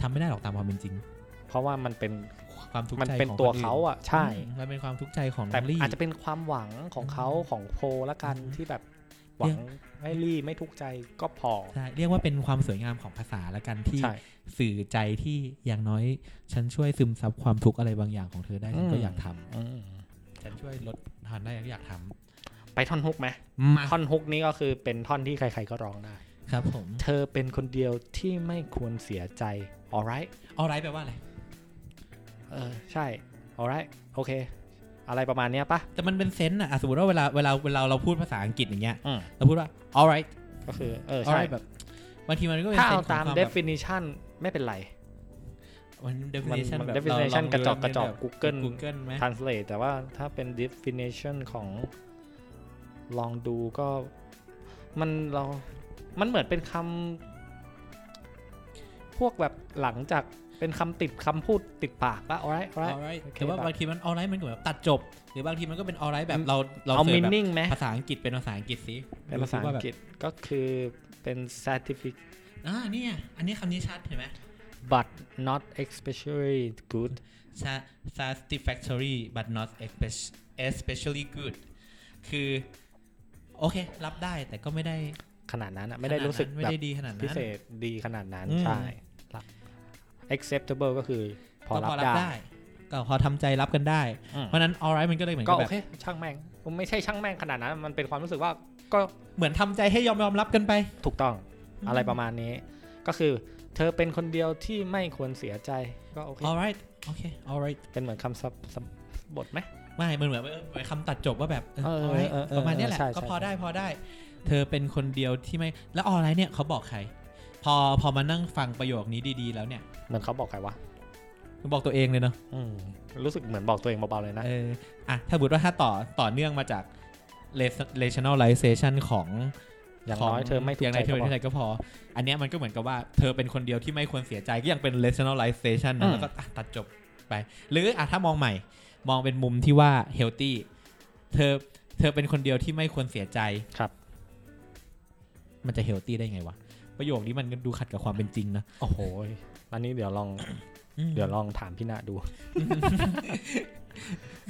S2: ทำไม่ได้หรอกตามความเป็นจริง
S1: เพราะว่ามันเป็น
S2: ความทุกข์
S1: มัน
S2: ใจ
S1: เป็น
S2: ของ
S1: ตัว
S2: คนอื่น
S1: เขาอ่ะ ใช่
S2: อืมมันเป็นความทุกข์ใจของ
S1: แต่
S2: น้องลี่
S1: อาจจะเป็นความหวังของเขาของโพลละกัน
S2: อืม
S1: ที่แบบหวั
S2: เนี่
S1: ง
S2: ย
S1: ให้ลี่ไม่ทุกข์ใจก็พอ
S2: ใช่เรียกว่าเป็นความสวยงามของภาษาละกันที่
S1: ใช่
S2: สื่อใจที่อย่างน้อย ฉันช่วยซึมซับความทุกข์อะไรบางอย่างของเธอได้ฉัน
S1: อื
S2: ก็
S1: ม
S2: อยากทำ
S1: อืม
S2: ฉันช่วยลดทานได้ฉันก็อยากทำ
S1: ไปท่อนฮุกไหม
S2: มา
S1: ท่อนฮุกนี้ก็คือเป็นท่อนที่ใครๆก็ร้องได้
S2: ครับผม
S1: เธอเป็นคนเดียวที่ไม่ควรเสียใจ alright
S2: ออไรแปลว่าอะไร
S1: เออใช่ alright โอเค อะไรประมาณเนี้ยปะ
S2: แต่มันเป็นเซนส์อะอ่ะสมมติว่าเวลาเวลาเวลาเราพูดภาษาอังกฤษอย่างเงี้ย
S1: อืม
S2: เราพูดว่า alright
S1: ก็คือเออใช่
S2: alright แบบบางทีมันก็เป็น
S1: ถ้า
S2: เซน
S1: เอา
S2: ส์ของ
S1: ตาม
S2: ความแบบ
S1: definition ไม่เป็นไร
S2: มัน definition
S1: มัน
S2: แบบ
S1: definition
S2: เราลงดู
S1: กระจอก
S2: แล้ว
S1: กระจอก
S2: มันแบบ
S1: Google
S2: Google ไหม
S1: translate แต่ว่าถ้าเป็น definition ของลองดูก็ มันเรา มันเหมือนเป็นคำพวกแบบหลังจากเป็นคำติดคำพูดติดปากปะ alright alright
S2: alright
S1: โอเค
S2: แต่ว่า
S1: แบบ
S2: บางทีมัน alright มันก็แบบตัดจบ หรือบางทีมันก็เป็น alright แบบเราเรา
S1: เอา
S2: สิร์ชแบบ
S1: meaning ไหม
S2: ภาษาอังกฤษเป็นภาษาอังกฤษสิ
S1: เป็นภาษาอั
S2: ว่
S1: ง
S2: แบบ
S1: กฤษก็คือเป็น certificate
S2: อ่าเนี่ยอันนี้คำนี้ชัดเห็นไหม
S1: but not especially good
S2: Sa- satisfactory but not espe- especially good คือ โอเค รับได้แต่ก็ไม่ได้
S1: ขนาดนั้นอะไม่ได้รู้สึก
S2: ขนานั้นไม่
S1: แบบ
S2: ได้ดีขนาดนั้น
S1: พิเศษดีขนาดนั้น
S2: อืม
S1: ใช่ acceptable ก็คือพอ
S2: ก็
S1: รับ
S2: พอรับ
S1: ได้
S2: ได้ ก็พอทำใจรับกันได้
S1: อืม
S2: เพราะฉะนั้น alright มันก็เลยเหมือน
S1: ก็
S2: กับ
S1: โอ
S2: แบบ
S1: เคช่างแม่งไม่ใช่ช่างแม่งขนาดนั้น มันเป็นความรู้สึกว่าก็
S2: เหมือนทำใจให้ยอมยอมรับกันไป
S1: ถูกต้อง
S2: อืม
S1: อะไรประมาณนี้ ก็คือเธอเป็นคนเดียวที่ไม่ควรเสียใจก็โอเค
S2: alright โอเค alright
S1: เป็นเหมือนคำสับสับบทไหม
S2: ไม่มันเหมือนเหมือนคำตัดจบว่าแบบเออ
S1: เออ
S2: alright
S1: เออเออ
S2: ประมาณเนี้ยแหละ
S1: ใช่ใช่
S2: ก็พอได้พอได้ เธอเป็นคนเดียวที่ไม่ แล้ว alright เนี่ยเขาบอกใคร พอพอมานั่งฟังประโยคนี้ดีๆ แล้วเนี่ย
S1: เหมือนเขาบอกใครวะ
S2: มันบอกตัวเองเลยเนาะ
S1: อืมรู้สึกเหมือนบอกตัวเองเบาๆเลยนะ
S2: เอออ่ะถ้าสมมติว่าถ้าต่อต่อเนื่องมาจาก res- rationalization ของ
S1: อย่าง
S2: ข
S1: น้อยเธอไม่ถู
S2: อก ย่าง
S1: ใจ
S2: น้อยเธอ
S1: ก็พ
S2: ไม่ถู
S1: อ
S2: กใจก็พอ อันเนี้ยมันก็เหมือนกับว่าเธอเป็นคนเดียวที่ไม่ควรเสียใจก็ยังเป็น rationalization
S1: อื
S2: นะ
S1: ม
S2: แล้วก็อ่ะตัดจบไป หรืออ่ะถ้ามองใหม่ มองเป็นมุมที่ว่า healthy เธอเธอเป็นคนเดียวที่ไม่ควรเสียใจ
S1: ครับ
S2: มันจะ healthy ได้ไงวะ ประโยคนี้มันก็ดูขัดกับความเป็นจริงนะ
S1: โอ้โหอันนี้เดี๋ยวลอง
S2: อืม
S1: เดี๋ยวลองถามพี่ณดู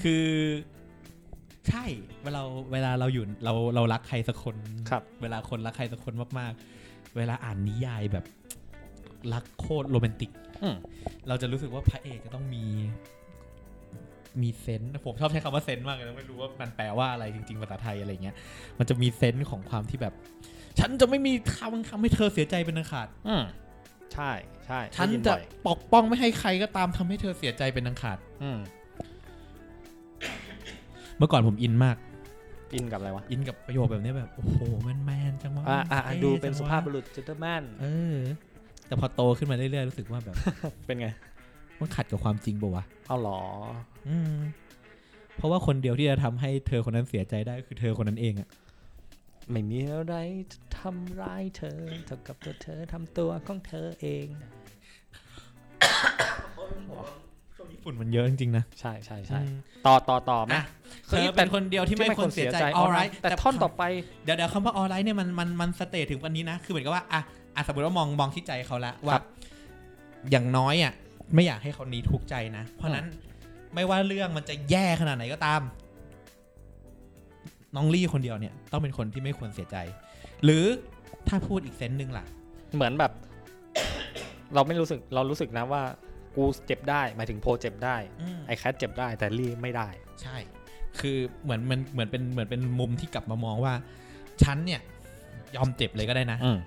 S2: คือ ใช่เวลาเวลาเราอยู่เราเรารักใครสักคน
S1: ครับ
S2: เวลาคนรักใครสักคนมากๆ เวลาอ่านนิยายแบบรักโคตรโรแมนติก
S1: อืม
S2: เราจะรู้สึกว่าพระเอกจะต้องมี มีเซนส์ผมชอบใช้คำว่าเซนส์มากเลยนะไม่รู้ว่ามันแปลว่าอะไรจริงๆภาษาไทยอะไรเงี้ย มันจะมีเซนส์ของความที่แบบ ฉันจะไม่มีทางทำให้เธอเสียใจเป็นอันขาด
S1: อืมใช่ใช่
S2: ฉัน
S1: ได้ยิ
S2: จะ
S1: บ่อย
S2: ปกป้องไม่ให้ใครก็ตามทำให้เธอเสียใจเป็นอันขาด
S1: อืม
S2: เมื่อก่อนผมอินมาก
S1: อินกับอะไรวะ
S2: อินกับประโยคแบบเนี้ยแบบโอ้โหแมนๆจังวะ
S1: อ่าอ่าอ่า
S2: ท่
S1: ดูเป็นสุภาพ
S2: จั
S1: บุ
S2: งวะ
S1: รุษจิตแมน
S2: เออ แต่พอโตขึ้นมาเรื่อยๆรู้สึกว่าแบบ
S1: เป็นไง
S2: มันขัดกับความจริงป่าวะ
S1: เอาเหรอ
S2: อืม เพราะว่าคนเดียวที่จะทำให้เธอคนนั้นเสียใจได้คือเธอคนนั้นเองอะ
S1: ไม่มีอะไรจะทำร้ายเธอเท่ากับตัวเธอทำตัวของเธอเอง
S2: ช่วงญี่ปุ่นมันเยอะจริงๆนะ
S1: ใช่ใช่ใช่ต่อต่อต่อไหม
S2: อ่ะ
S1: คื
S2: เธ
S1: อ
S2: อเป็นคนเดียวที่ไม่ควรเสียใจออไร
S1: แต่ท่อนต่อไป
S2: เดี๋ยวเดี๋ยวคำว่าออไรเนี่ยมันมันมันสเตทถึงวันนี้นะ คือเหมือนกับว่าอ่ะอ่ะสมมติว่ามองมองที่ใจเขาละว่า
S1: ครับ
S2: อย่างน้อยอ่ะ ไม่อยากให้เขานี้ทุกข์ใจนะ เพราะนั้นไม่ว่าเรื่องมันจะแย่ขนาดไหนก็ตาม น้องลี่คนเดียวเนี่ย ต้องเป็นคนที่ไม่ควรเสียใจ หรือถ้าพูดอีกเซนส์หนึ่งล่ะ
S1: เหมือนแบบ เราไม่รู้สึกเรารู้สึกนะว่า กูเจ็บได้หมายถึงโพเจ็บได้
S2: อืม
S1: ไอ้แคทเจ็บได้แต่ลี่ไม่ได้
S2: ใช่ คือเหมือนมันเหมือนเป็นเหมือนเป็นมุมที่กลับมามองว่า ฉันเนี่ยยอมเจ็บเลยก็ได้นะ
S1: อืม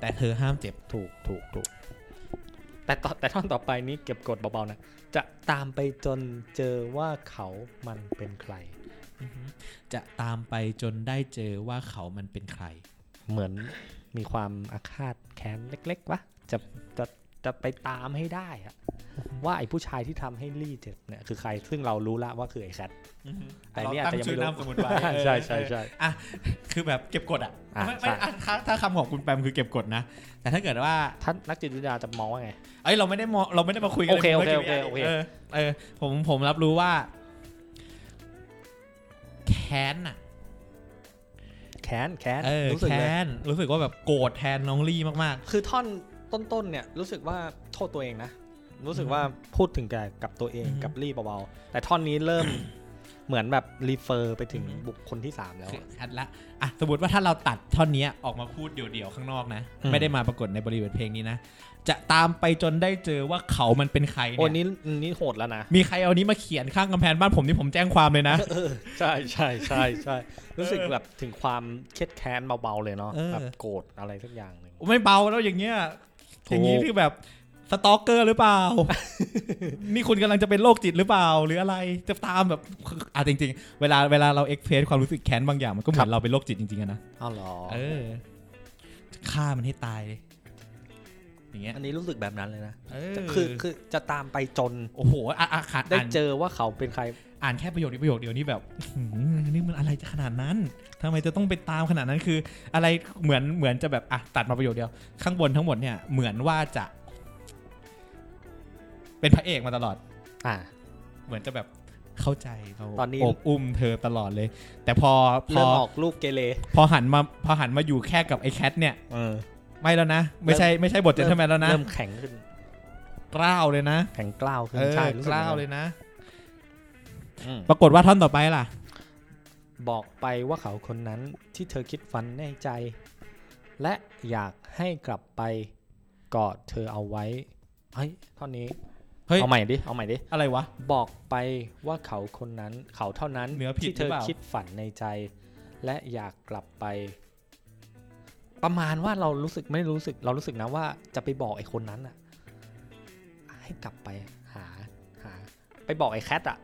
S2: แต่เธอห้ามเจ็บ
S1: ถูกถูกถูกแต่ต่อแต่ท่อนต่อไปนี้เก็บกดเบาๆนะ จะตามไปจนเจอว่าเขามันเป็นใคร
S2: จะตามไปจนได้เจอว่าเขามันเป็นใคร
S1: เหมือนมีความอาฆาตแค้นเล็กๆวะจะจะจะไปตามให้ได้ อะว่าไอ้ผู้ชายที่ทำให้ลี่เจ็บเนี่ยคือใครซึ่งเรารู้ละว่าคือไอ้แคท แต่เนี่ยอาจจะยังไม่รู้
S2: เราตั้งชื่อนามสมมุติ ไว้
S1: ใช่ใช่ใช่
S2: อ่ะ คือแบบเก็บกดอ่ะ
S1: อ่ะ
S2: ไม่ไม่
S1: ใช่
S2: อ่ะถ้าถ้าคำของคุณแปมคือเก็บกดนะ แต่ถ้าเกิดว่า
S1: ท่านนักจิตวิทยาจะมองว่าไง
S2: เอ้ยเราไม่ได้มองเราไม่ได้มาคุยกัน
S1: โอเค
S2: ลย
S1: โอเค
S2: มื่กี้
S1: โอเค
S2: เอ
S1: โอเค
S2: อเออผมผมรับรู้ว่า แค้นอ่ะ
S1: แค้นแค้น
S2: เออ
S1: รู้สึกเลย
S2: แค้นรู้สึกว่าแบบโกรธแทนน้องลี่มาก
S1: คือท่อนต้นๆเนี่ยรู้สึกว่าโทษตัวเองนะ รู้สึกว่าพูดถึงแกกับตัวเองกับลี่เบาๆแต่ท่อนนี้เริ่ม เหมือนแบบรีเฟอร์ไปถึงบุคคลที่สาม
S2: ๆ
S1: แล้ว
S2: คืออัดละอ่ะสมมติว่าถ้าเราตัดท่อนเนี้ยออกมาพูดเดี่ยวๆข้างนอกนะ
S1: อืม
S2: ไม่ได้มาปรากฏในบริเวณเพลงนี้นะ จะตามไปจนได้เจอว่าเขามันเป็นใคร
S1: โอ้
S2: เนี่ย
S1: นี้นี้โหดแล้วนะ
S2: มีใครเอานี้มาเขียนข้างกำแพงบ้านผมนี่ผมแจ้งความเลยนะ
S1: ใช่ใช่ใช่ใช่รู้สึกแบบถึงความเครียดแค้นเบาๆเลยเนาะ
S2: เออ
S1: แบบโกรธอะไรสักอย่างหนึ่ง
S2: ไม่เบาแล้วอย่างเงี้ยอย่างนี้
S1: ถูก
S2: คือแบบสตอกเกอร์หรือเป ล่า นี่คุณกำลังจะเป็นโรคจิตหรือเปล่า หรืออะไรจะตามแบบอ่ะจริง ๆ เวลาเวลาเราเอ็กเพรสความรู้สึกแค้นบางอย่างมันก็เหมือนเราเป็นโรคจิตจริงๆอะนะ
S1: อ้าวเหรอ
S2: เออฆ่ามันให้ตายเลยอย่างเงี้ย
S1: อันนี้รู้สึกแบบนั้นเลยนะ
S2: เออ
S1: คือคือจะตามไปจน
S2: โอ้โหอ่ะอ่ะขาด
S1: ได้
S2: อ่าน
S1: เจอว่าเขาเป็นใคร
S2: อ่านแค่ประโยคนี้ประโยคเดียวนี่แบบอื้อหือนี่มันอะไรจะขนาดนั้นทำไมจะต้องไปตามขนาดนั้นคือ อะไรเหมือนเหมือนจะแบบอ่ะตัดมาประโยคเดียว ข้างบนทั้งหมดเนี่ยเหมือนว่าจะ เป็นพระเอกมาตลอด
S1: อ่า
S2: เหมือนจะแบบเข้าใจเรา
S1: ตอนนี้
S2: อบอุ้มเธอตลอดเลย แต่พอพ
S1: เริ่
S2: อ
S1: มออกลูกเกเร
S2: พอหันมาพอหันมาอยู่แค่กับไอ้แคทเนี่ย
S1: เออ
S2: ไม่แล้วนะ ไม่ใช่ไม่ใช่บทเจนเทอร์แมนแล้วนะ
S1: เริ่มแข็งขึ้น
S2: กล้าวเลยนะ
S1: แข็งกล้าวขึ้น
S2: เออ
S1: ใช่รู้สึ
S2: ก
S1: ก
S2: ล้าว
S1: แบบนั้น
S2: เลยนะ
S1: อืม
S2: ปรากฏว่าท่อนต่อไปล่ะ
S1: บอกไปว่าเขาคนนั้นที่เธอคิดฝันในใจ และอยากให้กลับไปกอดเธอเอาไว้เฮ้ยท่อนนี้
S2: เฮ้ย
S1: เอาใหม่ดิเอาใหม่ดิ
S2: อะไรวะ
S1: บอกไปว่าเขาคนนั้น เขาเท่านั้น
S2: เนื้อผิด
S1: ที่เธ
S2: หรือ
S1: อ
S2: เปล่า
S1: คิดฝันในใจ และอยากกลับไป ประมาณว่าเรารู้สึกไม่รู้สึก เรารู้สึกนะว่าจะไปบอกไอ้คนนั้นอะให้กลับไปหาหา ไปบอกไอ้แคทอะ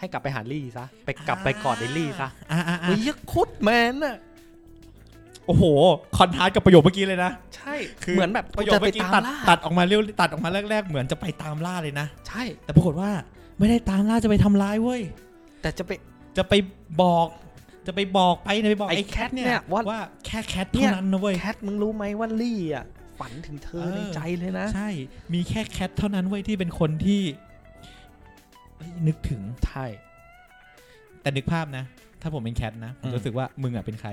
S1: ให้กลับไปหาลี่ซะไปกลับไปกอดไอ้ลี่ซะ
S2: อ่าอ่า
S1: เฮ้ยโคตรแมนอะ
S2: โอ้โห คอนทราสต์กับประโยคเมื่อกี้เลยนะ
S1: ใช่
S2: คือ
S1: เหมือนแบบ
S2: ประโยค
S1: จะไป
S2: เมื่อกี้
S1: ตาม
S2: ตัด
S1: ล่า
S2: ตัดออกมาเรียวตัดออกมาแรก ๆ เหมือนจะไปตามล่าเลยนะ
S1: ใช่
S2: แต่ปรากฏว่าไม่ได้ตามล่าจะไปทำร้ายเว้ย
S1: แต่จะไป
S2: จะไปบอก จะไปบอกไปนะไปบอก
S1: ไอ้
S2: ไอ้แคทเนี่
S1: เนี่ยยว่า
S2: ว่าแค่แคทเท่านั้นนะเว้ย
S1: แคทมึงรู้ไหมว่าลี่อะฝันถึงเธอ
S2: เออ
S1: ในใจเลยนะ
S2: ใช่ มีแค่แคทเท่านั้นเว้ยที่เป็นคนที่เอ้ยนึกถึง
S1: ใช่
S2: แต่นึกภาพนะ ถ้าผมเป็นแคทนะ ผม
S1: อืม
S2: รู้สึกว่ามึงอ่ะเป็นใคร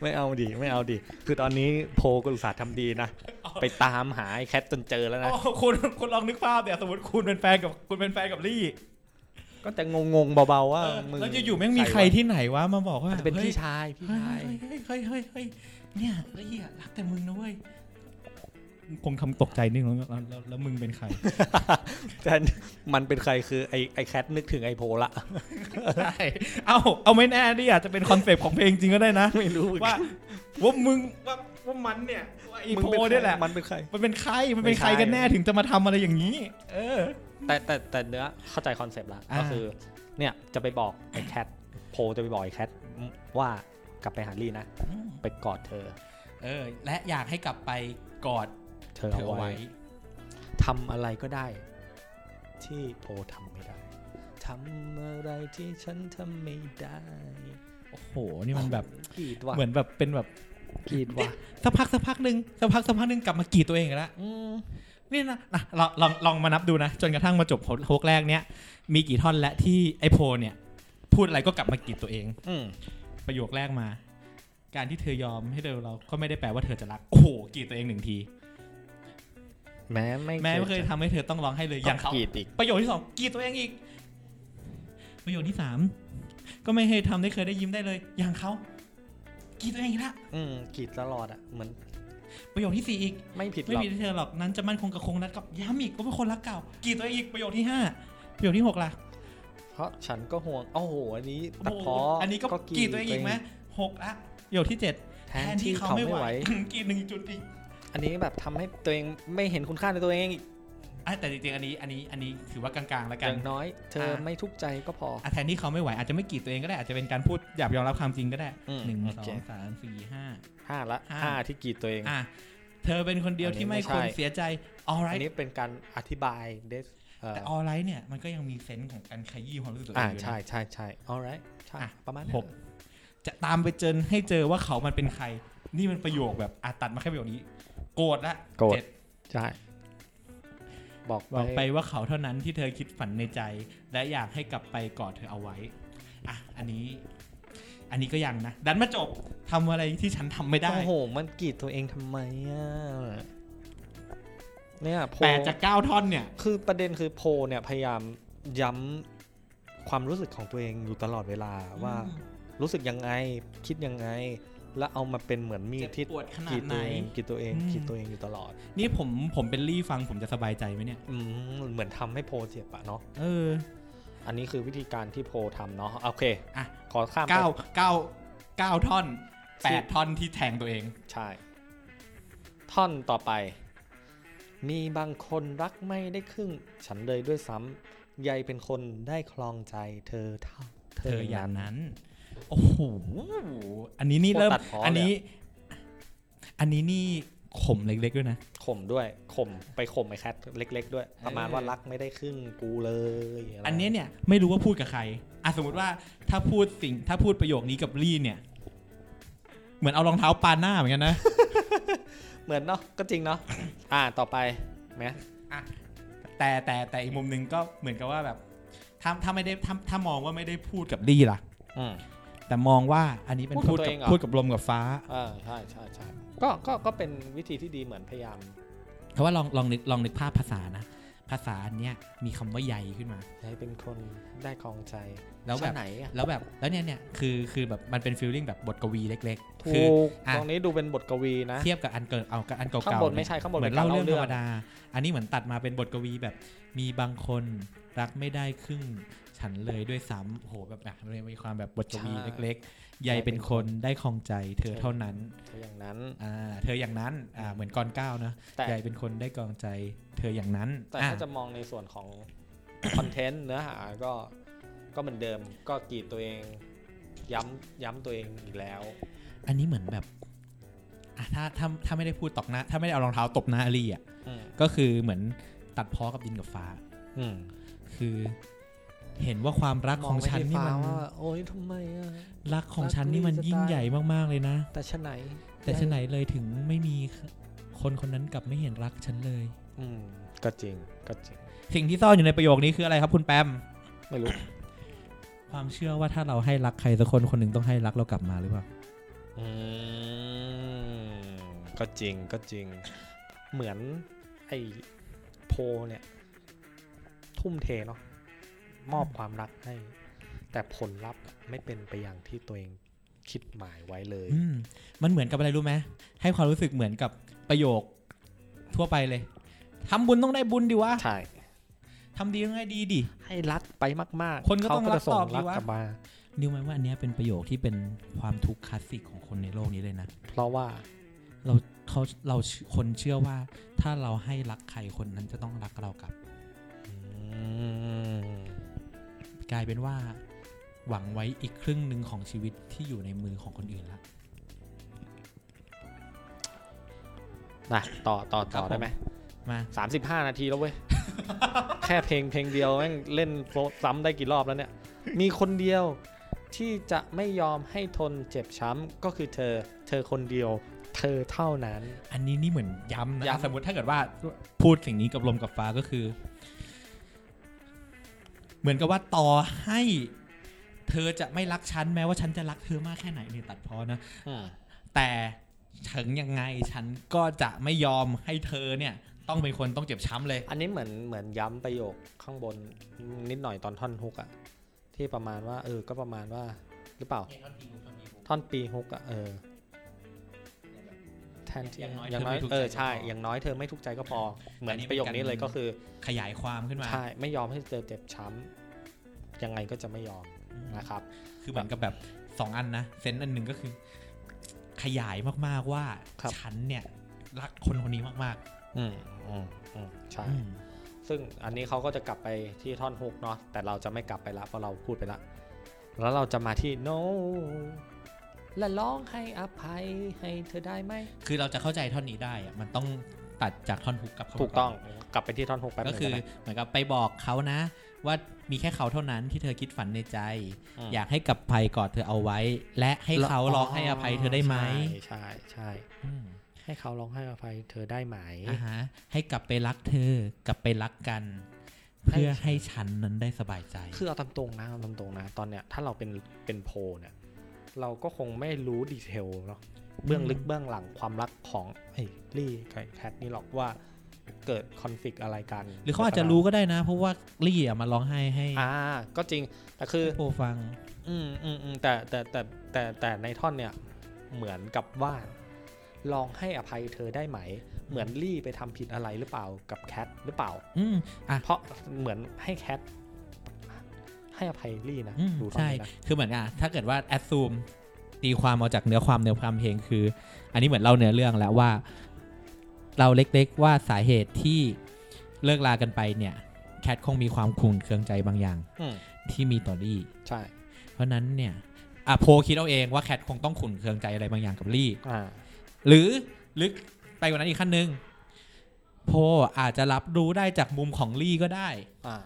S1: ไม่เอาดิไม่เอาดิคือตอนนี้โพลกุลศาสตร์ทำดีนะ ไปตามหาไอ้แคทจนเจอแล้วนะ
S2: อ๋อคุณคุณลองนึกภาพเนี่ยสมมติคุณเป็นแฟนกับคุณเป็นแฟนกับลี่
S1: ก็แต่งงงๆเบาๆว่ามึง
S2: แล้วอยู่ๆแม่งมีใครที่ไหนวะมาบอกว่า
S1: มันจะเป็น
S2: ฮ้ย
S1: พี่ชายพี่ชาย
S2: เฮ้ยเฮ้ยเฮ้ยเฮ้ยเนี่ยไอ้เหี้ยรักแต่มึงนะเว้ยคงทำตกใจนึงแล้วแล้วแล้วแล้วมึงเป็นใคร
S1: แต่มันเป็นใครคือไอไอแคทนึกถึงไอโพละ
S2: เอ้าเอาไม่แน่ดิอาจจะเป็นคอนเซปต์ของเพลงจริงก็ได้นะ
S1: ไม่รู้เหมือน
S2: ว่า
S1: กัน
S2: ว่ามึงว่าว่ามันเนี่ยว่าไอี
S1: มึ
S2: โพ
S1: งเป็นใคร
S2: เนี่ยแหละ
S1: มันเป็นใคร
S2: มันเป็นใครมันเป็น
S1: ไม่ใช่
S2: ใครกันแน่ถึงจะมาทำอะไรอย่างนี้ เออ
S1: แต่แต่แต่เนื้อเข้าใจคอนเซปต์ละ
S2: อ่า
S1: ก็คือเนี่ยจะไปบอกไอแคทโพจะไปบอกไอแคทว่ากลับไปหาลี่นะ ไปกอดเธอ
S2: เออ และอยากให้กลับไปกอด
S1: เธอเอาไว้ทำอะไรก็ได้ ที่โพทำไม่ได้ทำอะไรที่ฉันทำไม่ได้
S2: โอ้โหนี่มันแบบ
S1: กีดว่ะ
S2: เหมือนแบบเป็นแบบ
S1: กีดว่ะ
S2: สักพักสักพักหนึ่งสักพักสักพักหนึ่งกลับมากรีดตัวเองอีกแล้ว
S1: อืม
S2: นี่นะนะลองลองลองมานับดูนะ จนกระทั่งมาจบโฮกแรกเนี้ยมีกี่ท่อนและที่ไอโพลเนี่ย พูดอะไรก็กลับมากรีดตัวเอง
S1: อืม
S2: ประโยคแรกมา การที่เธอยอมให้เราเราก็ไม่ได้แปลว่าเธอจะรัก โอ้โหกรีดตัวเองหนึ่งที
S1: แม้ไม่
S2: แม้ไม่เคยทำให้เธอต้องร้องให้เลยอย่างเขา
S1: กรีดอีก
S2: ประโยคที่สองกรีดตัวเองอีก ประโยคที่สามก็ไม่เคยทำได้เคยได้ยิ้มได้เลย อย่างเขากรีดตัวเองอีกละ
S1: อืมกรีดตลอดอ่ะเหมือน
S2: ประโยคที่สี่อีก
S1: ไม่ผิด
S2: ไม่
S1: หรอก
S2: มีที่เธอหรอกนั้นจะมั่นคงกับคงนัดกับย้ำอีกว่าเป็นคนรักเก่ากีดตัวเองอีกประโยคที่ห้าประโยคที่หกล่ะ
S1: เพราะฉันก็ห่วง โอ้โห อันนี้ตัด
S2: โอ้โห
S1: เพาะ
S2: อันนี้ก็กรีดตัวเองอีกไหมหกละประโยคที่เจ็ด
S1: แทนที่เขาไม่ไหว
S2: กรีดหนึ่งจุดอีก
S1: อันนี้แบบทำให้ตัวเองไม่เห็นคุณค่าในตัวเองอีก
S2: อ่ะแต่จริงๆอันนี้อันนี้อันนี้ถือว่ากลางๆแล้ว
S1: อ
S2: กัน
S1: ย่างน้อย เธอไม่ทุกข์ใจก็พอ
S2: อ่ะแทนที่เขาไม่ไหวอาจจะไม่กรีดตัวเองก็ได้อาจจะเป็นการพูดหยาบยอมรับความจริงก็ได้
S1: อืม
S2: หนึ่ง
S1: โอ
S2: สอ
S1: เค
S2: งสามสี่ห้า
S1: ห้าละ
S2: ห้า
S1: ห้าที่กรีดตัวเอง
S2: อ่ะเธอเป็นคนเดียว
S1: อันนี้
S2: ที่ไม่
S1: ไม่ใช่
S2: ควรเสียใจ
S1: อัน
S2: alright
S1: นี้เป็นการอธิบาย this เอ่อ
S2: แต่ alright เนี่ยมันก็ยังมีเซนส์ของการขยี้ความรู้สึกตัวเอ
S1: อ่าง
S2: อยู่นะ
S1: ใช่ใช่ใช่ alright ใช่
S2: อ่ะ
S1: ประมาณนั้น
S2: หก จะตามไปเจอให้เจอว่าเขามันเป็นใคร นี่มันประโยคแบบอาตัดมาแค่ประโยคนี้ โกรธละ
S1: โกรธ
S2: เจ็ด
S1: ใช่ บอก
S2: บอก
S1: ไป
S2: ไปว่าเขาเท่านั้นที่เธอคิดฝันในใจ และอยากให้กลับไปกอดเธอเอาไว้ อ่ะ อันนี้ อันนี้ก็ยังนะ ดันมาจบทำอะไรที่ฉันทำไม่ได้
S1: โอ้โห มันกรีดตัวเองทำไมอ่ะเนี่ยโพ
S2: แปดจากเก้าท่อนเนี่ย
S1: คือประเด็นคือโพลเนี่ยพยายามย้ำความรู้สึกของตัวเองอยู่ตลอดเวลาว่ารู้สึกยังไงคิดยังไง แล้วเอามาเป็นเหมือนมีดที่
S2: เจ็บปวดขนาด
S1: กรีดตัวเอง
S2: ไห
S1: ก
S2: น
S1: รีดตัวเอง
S2: อืม
S1: กรีดตัวเองอยู่ตลอด
S2: นี่ผมผมเป็นลี่ฟังผมจะสบายใจไหมเนี่ย
S1: อืมเหมือนทำให้โพลเจ็บอะเนาะ
S2: เออ
S1: อันนี้คือวิธีการที่โพลทำเนาะโอเค
S2: อ่ะ
S1: ขอข้ามไป
S2: เก้าเก้าเก้าท่อนแปดท่อนที่แทงตัวเอง
S1: ใช่ ท่อนต่อไป มีบางคนรักไม่ได้ครึ่ง ฉันเลยด้วยซ้ำยายเป็นคนได้คลองใจเธอเท่า
S2: เธออย่าง
S1: นั้น
S2: นั้น โอ้โห อันนี้นี่เริ่ม
S1: โคตรตัดพ้ออั
S2: อันนี้ อันนี้นี่ข่มเล็กๆด้วยนะ
S1: ข่มด้วยข่มไปข่มไอ้แคทเล็ก ๆ ด้วย ประมาณ
S2: เออ
S1: ว่ารักไม่ได้ครึ่งกูเลยะไร
S2: อันเนี้ยเนี่ยไม่รู้ว่าพูดกับใครอ่ะสมมติว่าถ้าพูดสิ่งถ้าพูดประโยคนี้กับลี่เนี่ย เหมือนเอารองเท้าปาหน้าเหมือนกันนะ
S1: เหมือนเนาะก็จริงเนาะอ่าต่อไปไหม
S2: แต่แต่แต่อีกมุมหนึงก็เหมือนกับว่าแบบถ้าถ้าไม่ได้ถ้าถ้ามองว่าไม่ได้พูดกับลี่ล่ะ
S1: อืม
S2: แต่มองว่าอันนี้เป็น
S1: พู
S2: พู
S1: ด
S2: ด
S1: กับตัวเอบ งเหรอ
S2: กัพูดกับลมกับฟ้า
S1: อ่าใช่ใช่ใช่ก็ก็ก็เป็นวิธีที่ดีเหมือนพยายาม
S2: เพราะว่าลองลองนึกลองนึกภาพภาษานะ ภาษาอันเนี้ยมีคำว่าใยขึ้นมา
S1: ให้เป็นคนได้คลองใจ
S2: แล้วแบบ
S1: ชาติไหนอะ
S2: แล้วแบบแล้วเนี่ยเนี่ยคือคือแบบมันเป็นฟีลลิ่งแบบบทกวีเล็กๆ
S1: ถู
S2: คื
S1: กตรงนี้ดูเป็นบทกวีนะ
S2: เทียบกับอันเกิดเอากับอันเก่าๆ
S1: ข้างบน
S2: เย
S1: ไม่ใช่ข้างบน
S2: เหมือน
S1: ป็
S2: เล่า
S1: การ
S2: เรื่องธรรมดา อันนี้เหมือนตัดมาเป็นบทกวีแบบ มีบางคนรักไม่ได้ครึ่งฉันเลยด้วยซ้ำโอ้โหแบบอ่ะมันมีความแบบบทกวีเล็กๆ ใยเป็นคนได้คลองใจเธอเท่านั้น
S1: เธออย่างนั้น
S2: อ่าเธออย่างนั้นอ่าเหมือนกรก้าวนะ
S1: แต่
S2: ใยเป็นคนได้คลองใจ เธออย่างนั้น
S1: แต่
S2: อ่ะ
S1: ถ้าจะมองในส่วนของคอนเทนต์เนื้อหาก็ก็เหมือนเดิมก็กรีดตัวเอง ย้ำย้ำตัวเองอีกแล้ว
S2: อันนี้เหมือนแบบอ่ะถ้าถ้าถ้าไม่ได้พูดตอกหน้า ถ้าไม่ได้เอารองเท้าตบหน้าอลีอ่ะ
S1: อืม
S2: ก็คือเหมือนตัดพ้อกับดินกับฟ้า
S1: อืม
S2: คือ เห็นว่าความรักของฉันนี่มัน
S1: มองไปที่ฟ้าว่าโอ๊ยทำไมอะ
S2: รักของ
S1: รัก
S2: ฉันนี่มัน
S1: นี่จะ
S2: ยิ่งใหญ่
S1: ตาย
S2: มากๆเลยนะ
S1: แต่ชะไหน
S2: แต่ฉะไหนเลยถึงไม่มีคนคนนั้นกลับไม่เห็นรักฉันเลย
S1: อืมก็จริงก็จริง
S2: สิ่งที่ซ่อนอยู่ในประโยคนี้คืออะไรครับคุณแปม
S1: ไม่รู้
S2: ความเชื่อว่าถ้าเราให้รักใครสักคนคนหนึ่งต้องให้รักเรากลับมาหรือเปล่า
S1: อืมก็จริงก็จริง เหมือนไอ้โพลเนี่ย ทุ่มเทเนาะ มอบความรักให้ แต่ผลลัพธ์ไม่เป็นไปอย่างที่ตัวเองคิดหมายไว้เลย
S2: อืมมันเหมือนกับอะไรรู้ไหมให้ความรู้สึกเหมือนกับประโยคทั่วไปเลยทำบุญต้องได้บุญดิวะ
S1: ใช่
S2: ทำดีต้องได้ดีดิ
S1: ให้รักไปมากๆ
S2: คนก็
S1: เขา
S2: ต้อง
S1: ก็จะส่ง
S2: รั
S1: รัก
S2: กตอบดีวะ
S1: กลับมา
S2: นิวไหมว่าอันเนี้ยเป็นประโยคที่เป็นความทุกข์คลาสสิกของคนในโลกนี้เลยนะ
S1: เพราะว่า
S2: เราเขาเราคนเชื่อว่า ถ้าเราให้รักใครคนนั้นจะต้องรักเรากลับ กลายเป็นว่า หวังไว้อีกครึ่งหนึ่งของชีวิตที่อยู่ในมือของคนอื่นละ
S1: นะต่อต่อต่
S2: ครั
S1: อบ ได้ไหม
S2: มา
S1: สามสิบห้านาทีแล้ว เว้ย แค่เพลงเพลงเดียวแม่งเล่นโฟล์ซ้ำได้กี่รอบแล้วเนี่ย มีคนเดียวที่จะไม่ยอมให้ทนเจ็บช้ำก็คือเธอ เธอคนเดียว เธอเท่านั้น
S2: อันนี้นี่เหมือนย้ำนะ
S1: ย้ำ
S2: สมมติถ้าเกิดว่าพูดสิ่งนี้กับลมกับฟ้าก็คือ เหมือนกับว่าต่อให้ เธอจะไม่รักฉันแม้ว่าฉันจะรักเธอมากแค่ไหนเนี่ยตัดพอนะ
S1: อืม
S2: แต่ถึงยังไงฉันก็จะไม่ยอมให้เธอเนี่ย ต้องเป็นคนต้องเจ็บช้ำเลย
S1: อันนี้เหมือนเหมือนย้ำประโยคข้างบนนิดหน่อยตอนท่อนฮุกอะที่ประมาณว่า เออ ก็ประมาณว่าหรือเปล่า ท่อนปีฮุกอะเออแทนที่
S2: อย่างน้อย
S1: อย่างน้อย
S2: เธอไม่ทุกข์
S1: เออ
S2: ใจก็
S1: ใช่
S2: พออ
S1: อย่างน้อยเธอไม่ทุกข์ใจก็พอ เหมือน
S2: อันนี้
S1: ประโยคนี้
S2: เป็นการ
S1: เลยก็คือ
S2: ขยายความขึ้นมา
S1: ใช่ไม่ยอมให้เธอเจ็บช้ำยังไงก็จะไม่ยอมนะครับ
S2: คือเหมือนกับแบบสองอันนะเซนส์อันหนึ่งก็คือ ขยายมากๆว่า
S1: ครับ
S2: ฉันเนี่ย รักคนคนนี้มาก
S1: อืมอืมอืมใช่
S2: ๆอืม
S1: ซึ่งอันนี้เขาก็จะกลับไปที่ท่อนฮุกเนาะแต่เราจะไม่กลับไปละเพราะเราพูดไปละ แล้วเราจะมาที่ no และร้องให้อภัยให้เธอได้ไหม
S2: คือเราจะเข้าใจท่อนนี้ได้อะมันต้องตัดจากท่อนฮุกกลับเข้ามา
S1: ถูกต้อง
S2: น
S1: กลับไปที่ท่อนฮุกแป๊บห
S2: ก็
S1: นึง
S2: คือ
S1: ได้ไหม
S2: เหมือนกับไปบอกเขานะ ว่ามีแค่เขาเท่านั้นที่เธอคิดฝันในใจ
S1: ม
S2: อยากให้กลับไปกอดเธอเอาไว้ และให้เขาร้องให้อภัยเธอได้ไหม
S1: ใช่ใช่
S2: อืม
S1: ให้เขาร้องให้อภัยเธอได้ไหม
S2: อ่าฮะให้กลับไปรักเธอกลับไปรักกัน เพื่อให้ฉันนั้นได้สบายใจ
S1: คือเอาตามตรงนะเอาตามตรงนะ ตอนเนี้ยถ้าเราเป็นเป็นโพลเนี่ย เราก็คงไม่รู้ดีเทลเนาะเบื้องลึกเบื้องหลังความรักของไอ้ลี่กับแคทนี่หรอกว่าเกิดคอนฟ lict อะไรกัน
S2: หรือเขาอาจจะรู้ก็ได้นะ เพราะว่าลี่อะมาร้องไห้ให้
S1: อ่า ก็จริง แต่คือ
S2: ให้โปฟัง
S1: อืมอืมอืมแต่แต่แต่แต่แต่ในท่อนเนี่ยเหมือนกับว่าลองให้อภัยเธอได้ไหม เหมือนลี่ไปทำผิดอะไรหรือเปล่ากับแคทหรือเปล่า
S2: อืมอ่ะ
S1: เพราะเหมือนให้แคทให้อภัยลี่นะ
S2: อืม
S1: ดูตอน
S2: ใช่
S1: นี้นะ
S2: คือเหมือนอ่ะถ้าเกิดว่าแอดซูมตีความเอาจากเนื้อความเนื้อความเพลงคือ อันนี้เหมือนเล่าเนื้อเรื่องแล้วว่า เราเล็กๆว่าสาเหตุที่เลิกลากันไปเนี่ยแคทคงมีความขุ่นเคืองใจบางอย่าง
S1: อืม
S2: ที่มีต่อลี่
S1: ใช่
S2: เพราะนั้นเนี่ยอ่ะโพคิดเอาเองว่าแคทคงต้องขุ่นเคืองใจอะไรบางอย่างกับลี่
S1: อ่า
S2: หรือลึกไปกว่านั้นอีกขั้นหนึ่งโพอาจจะรับรู้ได้จากมุมของลี่ก็ได้
S1: อ่า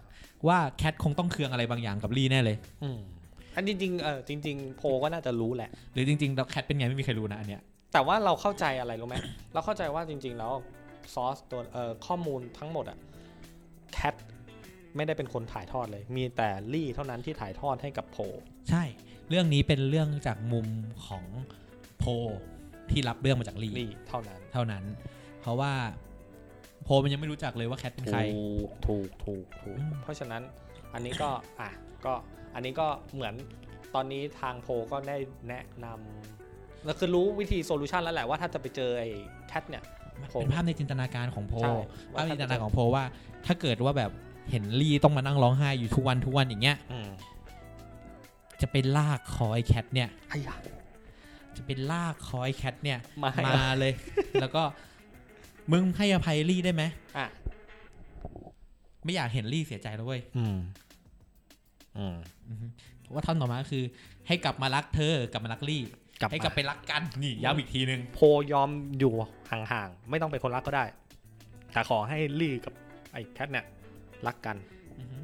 S2: ว่าแคทคงต้องเคืองอะไรบางอย่างกับลี่แน่เลย
S1: อืมอันจริงๆเออจริง ๆ โพลก็น่าจะรู้แหละ
S2: หรือจริงๆแล้วแคทเป็นไงไม่มีใครรู้นะอันเนี้ย
S1: แต่ว่าเราเข้าใจอะไรรู้ไหม เราเข้าใจว่าจริง ๆ แล้วซอสตัวเอ่อข้อมูลทั้งหมดอะแคทไม่ได้เป็นคนถ่ายทอดเลย มีแต่ลี่เท่านั้นที่ถ่ายทอดให้กับโพล
S2: ใช่ เรื่องนี้เป็นเรื่องจากมุมของโพที่รับเรื่องมาจากลี่
S1: ลี่เท่านั้น
S2: เท่านั้น เพราะว่าโพมันยังไม่รู้จักเลยว่าแคทเป็นใคร
S1: ถูกถูกถูกถูก
S2: อืม
S1: เพราะฉะนั้นอันนี้ก็อ่ะก็อันนี้ก็เหมือนตอนนี้ทางโพลก็ได้แนะนำแล้วคือรู้วิธีโซลูชันแล้วแหละว่าถ้าจะไปเจอไอ้แคทเนี่ย
S2: มัน
S1: โพ
S2: เป็นภาพในจินตนาการของโพ
S1: ใช่
S2: ภาพในจินตนาการ
S1: ว่า
S2: ของโพว่า ถ้าเกิดว่าแบบเห็นลี่ต้องมานั่งร้องไห้อยู่ทุกวันทุกวันอย่างเงี้ย
S1: อืม
S2: จะไปลากคอไอ้แคทเนี่ย
S1: ไอ้ยะ
S2: จะเป็นลากคอยแคทเนี่ย
S1: มาให้
S2: มาเลย แล้วก็มึงให้อภัยลี่ได้ไหม
S1: อ่ะ
S2: ไม่อยากเห็นลี่เสียใจแล้วเว้ย
S1: อืม อืม
S2: อือฮึว่าท่อนต่อมาก็คือ ให้กลับมารักเธอกลับมารักลี่
S1: กลับ
S2: ให้กลับ
S1: มา
S2: ไปรักกัน นี่ย้ำอีกทีนึง
S1: โพยอมอยู่ห่างๆ ไม่ต้องเป็นคนรักก็ได้ แต่ขอให้ลี่กับไอ้แคทเนี่ย รักกัน
S2: อือฮึ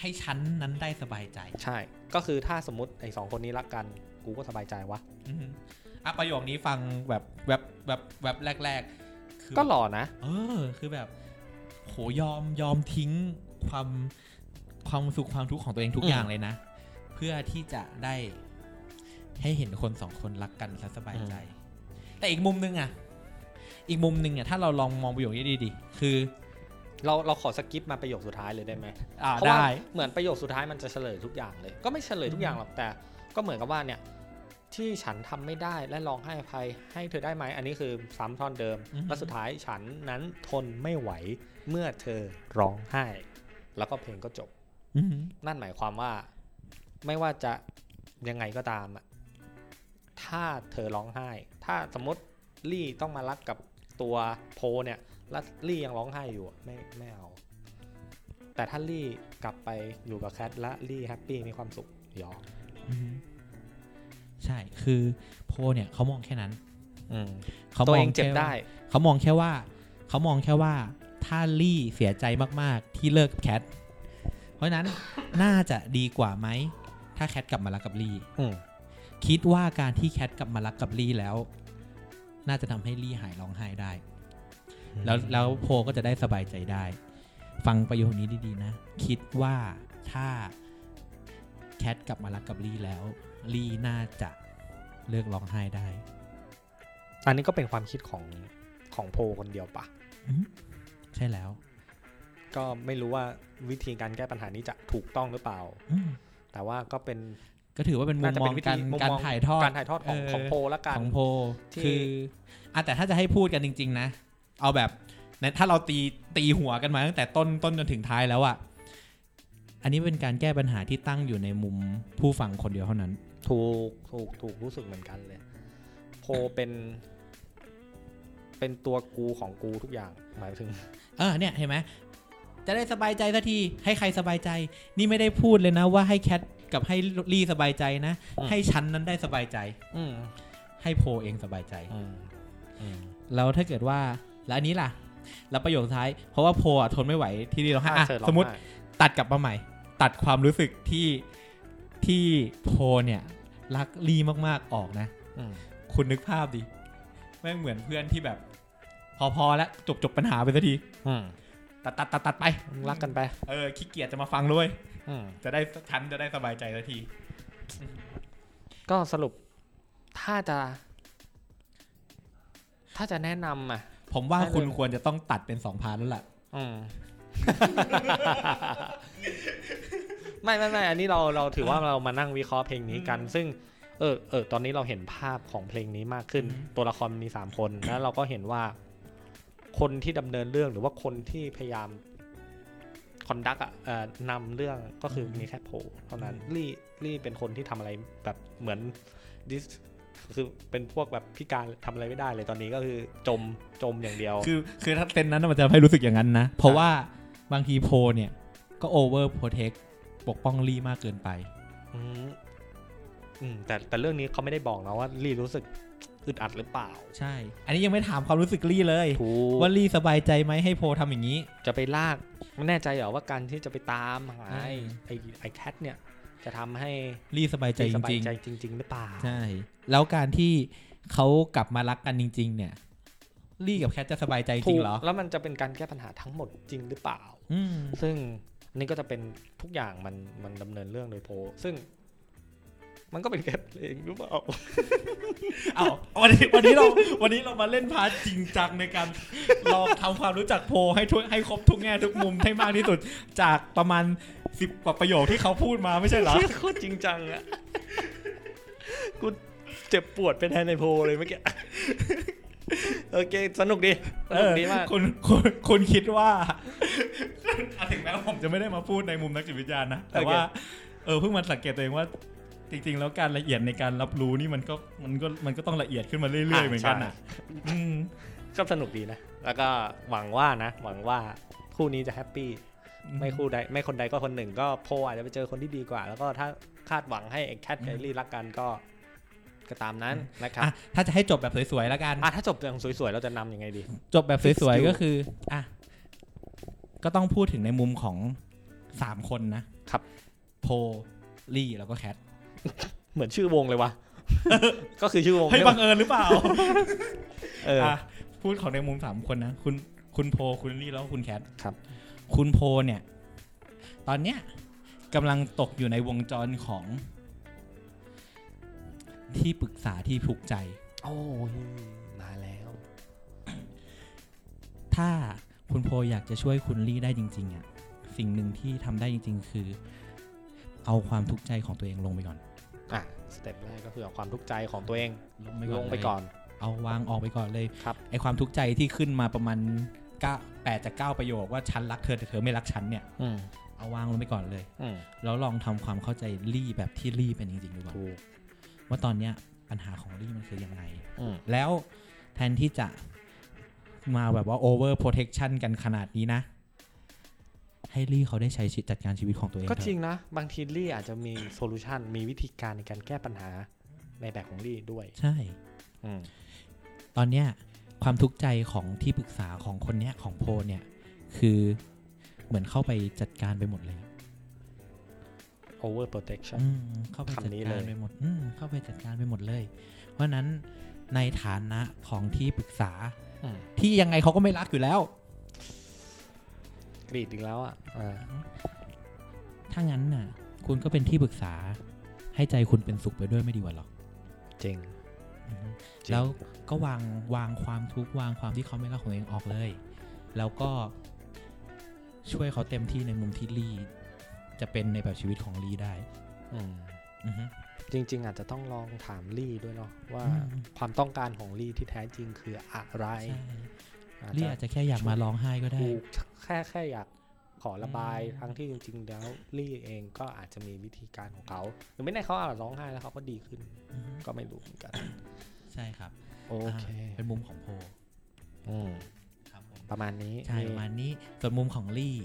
S2: ให้ฉันนั้นได้สบายใจ
S1: ใช่ ก็คือถ้าสมมติไอ้สองคนนี้รักกัน กูก็สบายใจวะ
S2: อือฮึอ่ะประโยคนี้ฟังแบบแบบแบบแบบแรก ๆ คือ
S1: ก็หล่อนะ
S2: เออ คือแบบ โหยอมยอมทิ้งความความสุขความทุกข์ของตัวเองทุก
S1: อืม
S2: อย่างเลยนะ เพื่อที่จะได้ให้เห็นคนสองคนรักกันและสบายใจ แต่อีกมุมนึงอ่ะ อีกมุมนึงอ่ะถ้าเราลองมองประโยคนี้ดีๆคือ
S1: เราเราขอสกิปมาประโยคสุดท้ายเลยได้ไหม
S2: อ่า
S1: เพราะว่า
S2: ได้
S1: เหมือนประโยคสุดท้ายมันจะเฉลยทุกอย่างเลย ก็ไม่เฉลยทุกอย่างหรอกแต่ ก็เหมือนกับว่าเนี่ยที่ฉันทำไม่ได้และลองให้อภัยให้เธอได้ไหมอันนี้คือซ้ำท่อนเดิม
S2: อือฮึ
S1: และสุดท้ายฉันนั้นทนไม่ไหวเมื่อเธอร้องไห้ แล้วก็เพลงก็จบ
S2: อือหือ
S1: นั่นหมายความว่าไม่ว่าจะยังไงก็ตามอะถ้าเธอร้องไห้ ถ้าสมมติลี่ต้องมารักกับตัวโพเนี่ยแล้วลี่ยังร้องไห้อยู่อะไม่ไม่เอา แต่ถ้าลี่กลับไปอยู่กับแคทและลี่แฮปปี้มีความสุขยอม
S2: อือหือใช่คือโพลเนี่ยเขามองแค่นั้นเขา
S1: ตัว
S2: ม
S1: เอ
S2: อง
S1: งเจ็บ
S2: แค่ว่า
S1: ได้
S2: เขามองแค่ว่าเขามองแค่ว่าถ้าลี่เสียใจมากๆ ที่เลิกกับแคทเพราะฉะนั้น น่าจะดีกว่าไหมถ้าแคทกลับมารักกับลี่
S1: อืม
S2: คิดว่าการที่แคทกลับมารักกับลี่แล้ว น่าจะทำให้ลี่หายร้องไห้ได้ แล้วแล้วโพก็จะได้สบายใจได้ ฟังประโยคนี้ดีๆนะ คิดว่าถ้าแคทกลับมารักกับลี่แล้ว ลี่น่าจะเลิกร้องไห้ได้
S1: อันนี้ก็เป็นความคิดของของโพคนเดียวปะ
S2: อืมใช่แล้ว
S1: ก็ไม่รู้ว่าวิธีการแก้ปัญหานี้จะถูกต้องหรือเปล่า
S2: อืม
S1: แต่ว่าก็เป็น
S2: ก็ถือว่าเป็นมุ
S1: น่าม จะ
S2: ม
S1: เป็
S2: อง
S1: นวิธี
S2: การ
S1: มุม
S2: การ
S1: มอง
S2: ถ่ายทอด
S1: การถ่ายทอดของ
S2: เออ
S1: ของโพละกัน
S2: ของโพ
S1: ที่
S2: คืออ่ะแต่ถ้าจะให้พูดกันจริง ๆ นะ เอาแบบนะถ้าเราตีตีหัวกันมาตั้งแต่ต้นต้นจนถึงท้ายแล้วอะอันนี้เป็นการแก้ปัญหาที่ตั้งอยู่ในมุมผู้ฟังคนเดียวเท่านั้น
S1: ถูกถูกถูกรู้สึกเหมือนกันเลย โพเป็น เป็นตัวกูของกูทุกอย่าง หมายถึง
S2: เออเนี่ยเห็นไหมจะได้สบายใจสักทีให้ใครสบายใจ นี่ไม่ได้พูดเลยนะว่าให้แคทกับให้ลี่สบายใจนะ
S1: อืม
S2: ให้ฉันนั้นได้สบายใจ
S1: อืม
S2: ให้โพเองสบายใจ
S1: อืมอืม
S2: แล้วถ้าเกิดว่าแล้วอันนี้ล่ะ แล้วประโยคสุดท้ายเพราะว่าโพอ่ะทนไม่ไหวที่ลี่ร้องไห้
S1: ถ้า
S2: อ่ะ
S1: เธอร้อง
S2: สมมติ
S1: ไห้
S2: ตัดกลับมาใหม่ ตัดความรู้สึกที่ที่โพเนี่ย รักลี่มากๆออกนะ
S1: อืม
S2: คุณนึกภาพดิแม่งเหมือนเพื่อนที่แบบ พอพอแล้วจบจบปัญหาไปสักที
S1: อืม
S2: ตัดตัดตัดตัดไป
S1: รักกันไป
S2: เออขี้เกียจจะมาฟังด้วย
S1: อืม
S2: จะได้ชั้นจะได้สบายใจสักที
S1: ก็สรุป ถ้าจะ ถ้าจะแนะนำอ่ะ
S2: ผมว่า
S1: ได้เลย
S2: คุณควรจะต้องตัดเป็นสองพาร์ทแล้วล่ะ
S1: อื ม ไม่ไม่ไม่อันนี้เราเราถือว่าเรามานั่งวิเคราะห์เพลงนี้กัน ซึ่ง เออเออตอนนี้เราเห็นภาพของเพลงนี้มากขึ้น
S2: อืม
S1: ตัวละครมีสามคน แล้วเราก็เห็นว่า คนที่ดำเนินเรื่องหรือว่าคนที่พยายามคอนดักอ่ะเอ่อนำเรื่องก็คือมีแค่โพลเท่านั้นลี่ลี่เป็นคนที่ทำอะไรแบบเหมือนดิสคือเป็นพวกแบบพิการทำอะไรไม่ได้เลยตอนนี้ก็คือจมจมอย่างเดียว
S2: คือคือถ้าเซนนั้นมันจะให้รู้สึกอย่างนั้นนะ เพราะว่าบางทีโพเนี่ย ก็โอเวอร์โปรเทคปกป้องลี่มากเกินไป
S1: อืมอืมแต่แต่เรื่องนี้เขาไม่ได้บอกนะว่าลี่รู้สึกอึดอัดหรือเปล่า
S2: ใช่ อันนี้ยังไม่ถามความรู้สึกลี่เลย
S1: ถู
S2: ว่าลี่สบายใจไหมให้โพทำอย่างนี้
S1: จะไปลากไม่แน่ใจเหรอว่าการที่จะไปตามหาไอ้
S2: อืม
S1: ไอ้ไอ้แคทเนี่ย จะทำให้
S2: ลี่สบายใจจ
S1: สบาย
S2: ริง
S1: ใจจริง ๆ หรือเปล่า
S2: ๆใช่ แล้วการที่เขากลับมารักกันจริง ๆ เนี่ย ลี่กับแคทจะสบายใจจ
S1: ถู
S2: ริง
S1: ก
S2: เหรอ
S1: แล้วมันจะเป็นการแก้ปัญหาทั้งหมดจริงหรือเปล่า
S2: อืม
S1: ซึ่งอันนี่ก็จะเป็นทุกอย่างมันมันดำเนินเรื่องโดยโพลซึ่ง มันก็เป็นแค่เพลงหรือเปล่า
S2: เอาวัน นี้วันนี้เราวันนี้เรามาเล่นพาร์ทจริงจังในการลองทำความรู้จักโพลให้ทุกให้ครบทุกแง่ทุกมุมให้มากที่สุด จากประมาณสิบกว่าประโยคที่เขาพูดมาไม่ใช่เหรอ
S1: โคตรจริงจังอะกูเจ็บปวดเป็นแทนในโพลเลยเมื่อกี้ โอเค สนุกดี ส
S2: เอ
S1: นุก
S2: อ
S1: ดีมาก
S2: คุณคุณคุณคิดว่า อ่ะถึงแม้ว่าผมจะไม่ได้มาพูดในมุมนักจิตวิทยานะ แต่
S1: โอเค
S2: ว่า เออเพิ่งมาสังเกตตัวเองว่า จริง ๆ แล้วการละเอียดในการรับรู้นี่มันก็มันก็มันก็ต้องละเอียดขึ้นมาเรื่อยๆเหมือนกันอ่ะอืม
S1: ก็สนุกดีนะ แล้วก็หวังว่านะ หวังว่าคู่นี้จะแฮปปี้ ไม่คู่ใด ไม่คนใดก็คนหนึ่ง ก็โพลอาจจะไปเจอคนที่ดีกว่า แล้วก็ถ้าคาดหวังให้แคทแกลี่รักกันก็ ก็ตามนั้นนะครับ
S2: อ่ะถ้าจะให้จบแบบสวยๆแล้วกัน
S1: อ่ะถ้าจบอย่างสวยๆ เราจะนำยังไงดี
S2: จบแบบ
S1: Fixed
S2: สวย
S1: you
S2: ๆ ก็คือ อ่ะ ก็ต้องพูดถึงในมุมของสามคนนะครับ โพลลี่แล้วก็แคท
S1: เหมือนชื่อวงเลยวะ ก็คือชื่อวง
S2: เฮ้ย
S1: ใช่
S2: บั
S1: ปะ
S2: งเอิญหรือเปล่า
S1: เออ
S2: ะพูดของในมุมสามคนนะ คุณคุณโพลคุณลี่แล้วก็คุณแคท
S1: ครับ
S2: คุณโพลเนี่ย ตอนเนี้ยกำลังตกอยู่ในวงจรของ ที่ปรึกษาที่ผูกใจ
S1: โอ้ยมาแล้ว
S2: ถ้า คุณโพอยากจะช่วยคุณลี่ได้จริงๆอ่ะสิ่งหนึ่งที่ทำได้จริง ๆ คือ เอาความทุกข์ใจของตัวเองลงไปก่อน
S1: อ่ะสเต็ปแรกก็คือเอาความทุกข์ใจของตัวเอง
S2: ลงไปก่อน
S1: ลงไป
S2: เลย
S1: ก่อน
S2: เอาวางออกไปก่อนเลย
S1: ครับ
S2: ไอความทุกข์ใจที่ขึ้นมาประมาณเก้าแปดจากเก้าประโยคว่าฉันรักเธอแต่เธอไม่รักฉันเนี่ย
S1: อืม
S2: เอาวางลงไปก่อนเลย
S1: อืม
S2: แล้วลองทำความเข้าใจลี่แบบที่ลี่เป็นจริงๆดูก่อน
S1: ถูก
S2: ว่าตอนเนี้ยปัญหาของลี่มันคือยังไง
S1: อืม
S2: แล้วแทนที่จะมาแบบว่า over protection กันขนาดนี้นะ ให้ลี่เขาได้ใช้ชีวิตจัดการชีวิตของตัวเอง
S1: ก็
S2: เถอะ
S1: จริงนะ บางทีลี่อาจจะมีโซลูชันมีวิธีการในการแก้ปัญหาในแบบของลี่ด้วย
S2: ใช่
S1: อืม
S2: ตอนเนี้ยความทุกข์ใจของที่ปรึกษาของคนเนี้ยของโพลเนี่ย คือเหมือนเข้าไปจัดการไปหมดเลย
S1: over protection
S2: อืมเข้าไปจัด
S1: คำนี้เล
S2: การ
S1: ย
S2: ไปหมดอืมเข้าไปจัดการไปหมดเลย เพราะฉะนั้นในฐานะของที่ปรึกษา
S1: อืม
S2: ที่ยังไงเขาก็ไม่รักอยู่แล้ว
S1: กรีดอีกแล้วอ่ะอ่า
S2: ถ้างั้นน่ะ คุณก็เป็นที่ปรึกษาให้ใจคุณเป็นสุขไปด้วยไม่ดีกว่าหรอก
S1: จริง จริง
S2: แล้วก็วางวางความทุกข์วางความที่เขาไม่รักของตัวเองออกเลย แล้วก็ช่วยเขาเต็มที่ในมุมที่ลีจะเป็นในแบบชีวิตของลีได้
S1: อืม
S2: อือฮึ
S1: จริง ๆ อาจจะต้องลองถามลี่ด้วยเนาะว่า
S2: อืม
S1: ความต้องการของลี่ที่แท้จริงคืออะไร
S2: ใช่
S1: อาจ
S2: ลี
S1: จะ
S2: อาจจะแค่อยากมาร้องไห้ก็ได้
S1: ถูกแค่แค่อยากขอระบาย
S2: อืม
S1: ทั้งที่จริง ๆ แล้วลี่เองก็อาจจะมีวิธีการของเขาหรือไม่แน่เขาอาจจะร้องไห้แล้วเขาก็ดีขึ้น
S2: อือฮึ
S1: ก็ไม่รู้เหมือนกัน
S2: ใช่ครับ
S1: โอเค
S2: าเป็นมุมของโพล
S1: อืม
S2: ครับผม
S1: ประมาณนี้
S2: ใช่
S1: มี
S2: ประมาณนี้ส่วนมุมของลี่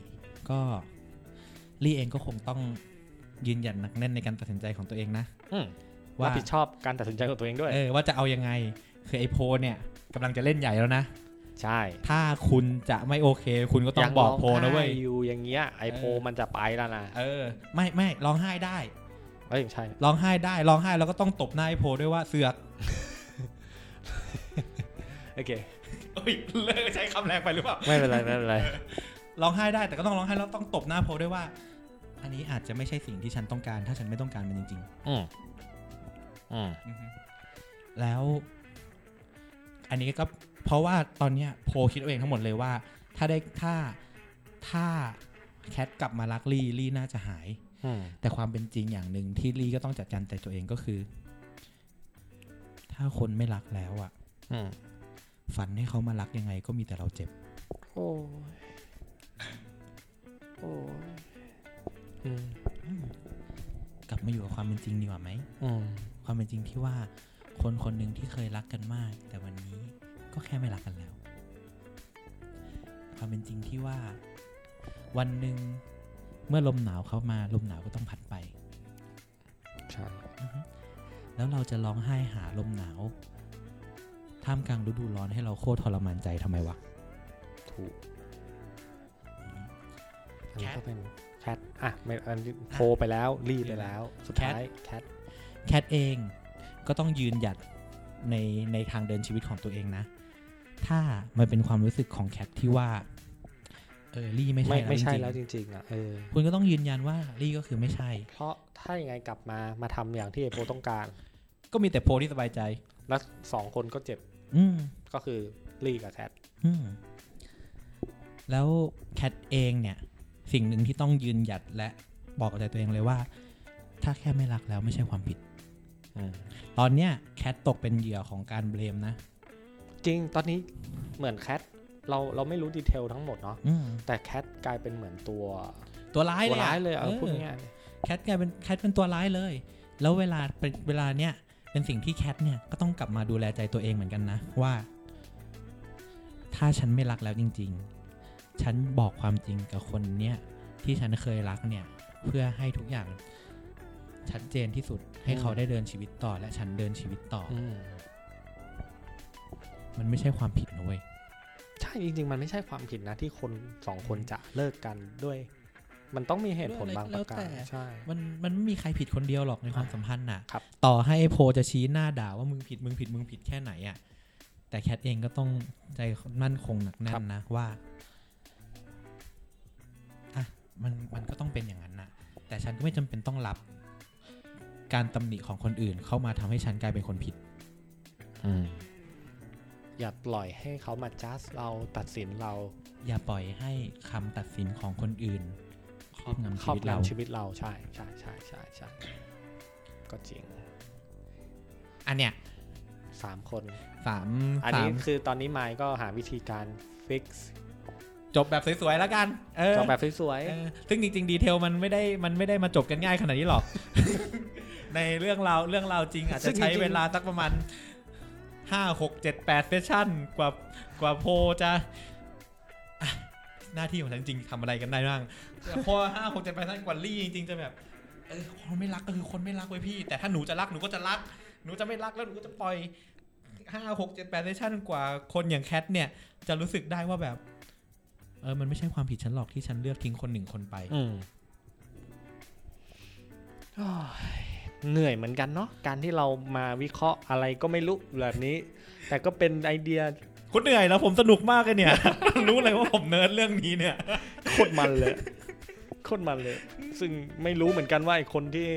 S2: ก็ลี่เองก็คงต้องยืนหยัดหนักแน่นในการตัดสินใจของตัวเองนะ
S1: อืม
S2: ว่า
S1: รับผิดชอบการตัดสินใจของตัวเองด้วย
S2: เออว่าจะเอายังไงคือไอโพลเนี่ยกำลังจะเล่นใหญ่แล้วนะ
S1: ใช่
S2: ถ้าคุณจะไม่โอเค คุณก็ต้อง
S1: ยั
S2: บอก
S1: ร้
S2: โพลนะเว้ย
S1: ไห้อยู่อย่างเงี้ยไอโพล
S2: เออ
S1: มันจะไปแล้วนะ
S2: เออ ไม่ไม่ร้องไห้ได้
S1: เอ้ยไม่ใช่
S2: ร้องไห้ได้ร้องไห้แล้วก็ต้องตบหน้าไอ้โพลด้วยว่าเสือก
S1: โอเค
S2: เอ้ยเลิกใช้คำแรงไปหรือเปล่า
S1: ไม่ เป็นไรไม่เป็นไร
S2: ร้องไห้ได้แต่ก็ต้องร้องไห้แล้วต้องตบหน้าโพลด้วยว่า อันนี้อาจจะไม่ใช่สิ่งที่ฉันต้องการ ถ้าฉันไม่ต้องการมันจริง
S1: อืมอืม
S2: ๆ แล้ว อันนี้ก็เพราะว่าตอนเนี้ยโพลคิดเอาเองทั้งหมดเลยว่า ถ้าได้ถ้าถ้าแคทกลับมารักลี่ลี่น่าจะหาย
S1: อืม
S2: แต่ความเป็นจริงอย่างหนึ่งที่ลี่ก็ต้องจัดการใจตัวเองก็คือ ถ้าคนไม่รักแล้วอ่ะ
S1: อืม
S2: ฝันให้เขามารักยังไงก็มีแต่เราเจ็บ
S1: โอ้ยโอ้ยอืม
S2: กลับมาอยู่กับความเป็นจริงดีกว่าไหม
S1: อืม
S2: ความเป็นจริงที่ว่าคนคนหนึ่งที่เคยรักกันมาก แต่วันนี้ก็แค่ไม่รักกันแล้ว ความเป็นจริงที่ว่า วันหนึ่งเมื่อลมหนาวเข้ามาลมหนาวก็ต้องพัดไป
S1: ใช่
S2: แล้วเราจะร้องไห้หาลมหนาวท่ามกลางฤดูร้อนให้เราโคตรทรมานใจทำไมวะ
S1: ถูกอัน
S2: แค
S1: นี้
S2: ท
S1: ก็เป็นแคทอ่ะไม่อันนี้โพลไปแล้วรีไปแล้ว สุด
S2: แคท
S1: ท้ายแคท
S2: แคทเองก็ต้องยืนหยัดในในทางเดินชีวิตของตัวเองนะ ถ้ามันเป็นความรู้สึกของแคทที่ว่าเออลี่ไม่ใช่
S1: ไม่ไม่ใช่
S2: แล้
S1: แล้ว ว
S2: จ
S1: จ
S2: ริง
S1: ริง ๆ อ่ะเออ
S2: ๆคุณก็ต้องยืนยันว่าลี่ก็คือไม่ใช่
S1: เพราะถ้ายังไงกลับมามาทำอย่างที่ไอโพลต้องการ
S2: ก็มีแต่โพลที่สบายใจ
S1: แล้วสองคนก็เจ็บ
S2: อืม
S1: ก็คือรีกับแคท
S2: อืมแล้วแคทเองเนี่ย สิ่งหนึ่งที่ต้องยืนหยัดและบอกกับใจตัวเองเลยว่า ถ้าแค่ไม่รักแล้วไม่ใช่ความผิด ตอนเนี้ยแคทตกเป็นเหยื่อของการเบลมนะ
S1: จริงตอนนี้เหมือนแคทเราเราไม่รู้ดีเทลทั้งหมดเนาะ
S2: อืม
S1: แต่แคทกลายเป็นเหมือนตัว
S2: ตัวร้าย
S1: ตั
S2: เล
S1: วย
S2: อะ
S1: ร้ายเลยเอา
S2: ออ
S1: พูดง่าย
S2: แคทกลายเป็นแคทเป็นตัวร้ายเลย แล้วเวลาเป็นเวลาเนี้ยเป็นสิ่งที่แคทเนี่ยก็ต้องกลับมาดูแลใจตัวเองเหมือนกันนะ ว่า ถ้าฉันไม่รักแล้วจริง ๆ ฉันบอกความจริงกับคนเนี้ยที่ฉันเคยรักเนี่ย เพื่อให้ทุกอย่างชัดเจนที่สุดให้เขาได้เดินชีวิตต่อ และฉันเดินชีวิตต่อ
S1: ๆอืม
S2: มันไม่ใช่ความผิดนะเว้ย
S1: ใช่จริง ๆ มันไม่ใช่ความผิดนะที่คนสองคนจะเลิกกันด้วย มันต้องมีเหตุผลบางประการใช่
S2: มันมันไม่มีใครผิดคนเดียวหรอกในความสัมพันธ์น่ะ
S1: ครับ
S2: ต่อให้ไอ้โพลจะชี้หน้าด่าว่ามึงผิดมึงผิดมึงผิดแค่ไหนอะ่ะ แต่แคทเองก็ต้องใจมั่นคงหนักแน่นนะว่าอ่ะมันมันก็ต้องเป็นอย่างนั้นนะแต่ฉันก็ไม่จำเป็นต้องรับ การตำหนิของคนอื่นเข้ามาทำให้ฉันกลายเป็นคนผิด
S1: อย่าปล่อยให้เขามาจัดเราตัดสินเรา
S2: อย่าปล่อยให้คำตัดสินของคนอื่น ครอบงำ
S1: ค
S2: ชี
S1: รอบ
S2: วิตเรา
S1: งำชีวิตเราใช่ใช่ใช่ใช่ใช่ก็จริง
S2: อันเนี้ย
S1: สามคน
S2: สาม
S1: อัน
S2: สา
S1: นี้
S2: ม
S1: คือตอนนี้ไมค์ก็หาวิธีการฟิกซ์
S2: จบแบบสวยๆแล้วกันเออ
S1: จบแบบสวย
S2: เออซึ่งจริงๆ ดีเทลมันไม่ได้มันไม่ได้มาจบกันง่ายขนาดนี้หรอก ในเรื่องเราวเรื่องเราวจริง อาจ
S1: ซึ่
S2: จะ
S1: งจริงๆ
S2: ใช้เวลาสักประมาณห้าหกเจ็ดแปดเซสชั่นกว่ากว่าโพลจะอ่ะหน้าที่ของฉันจริงทำอะไรกันได้บ้างพอห้าหกเจ็ดแปดเซสชั่นกว่าลี่จริงๆจะแบบเออคนไม่รักก็คือคนไม่รักเว้ยพี่ แต่ถ้าหนูจะรักหนูก็จะรัก หนูจะไม่รักแล้วหนูก็จะปล่อยห้าหกเจ็ดแปดเซสชั่นกว่าคนอย่างแคทเนี่ย จะรู้สึกได้ว่าแบบ เออมันไม่ใช่ความผิดฉันหรอกที่ฉันเลือกทิ้งคนหนึ่งคนไป
S1: ๆอืมโอ้ยเหนื่อยเหมือนกันเนาะการที่เรามาวิเคราะห์อะไรก็ไม่รู้แบบนี้ แต่ก็เป็นไอเดีย
S2: คุณเหนื่อยแล้วผมสนุกมากเลย เนี่ย รู้เลยว่าผมเนิร์ดเรื่องนี้เนี่ย
S1: โคตรมันเลยโคตรมันเลย ซึ่งไม่รู้เหมือนกันว่าไอคนที่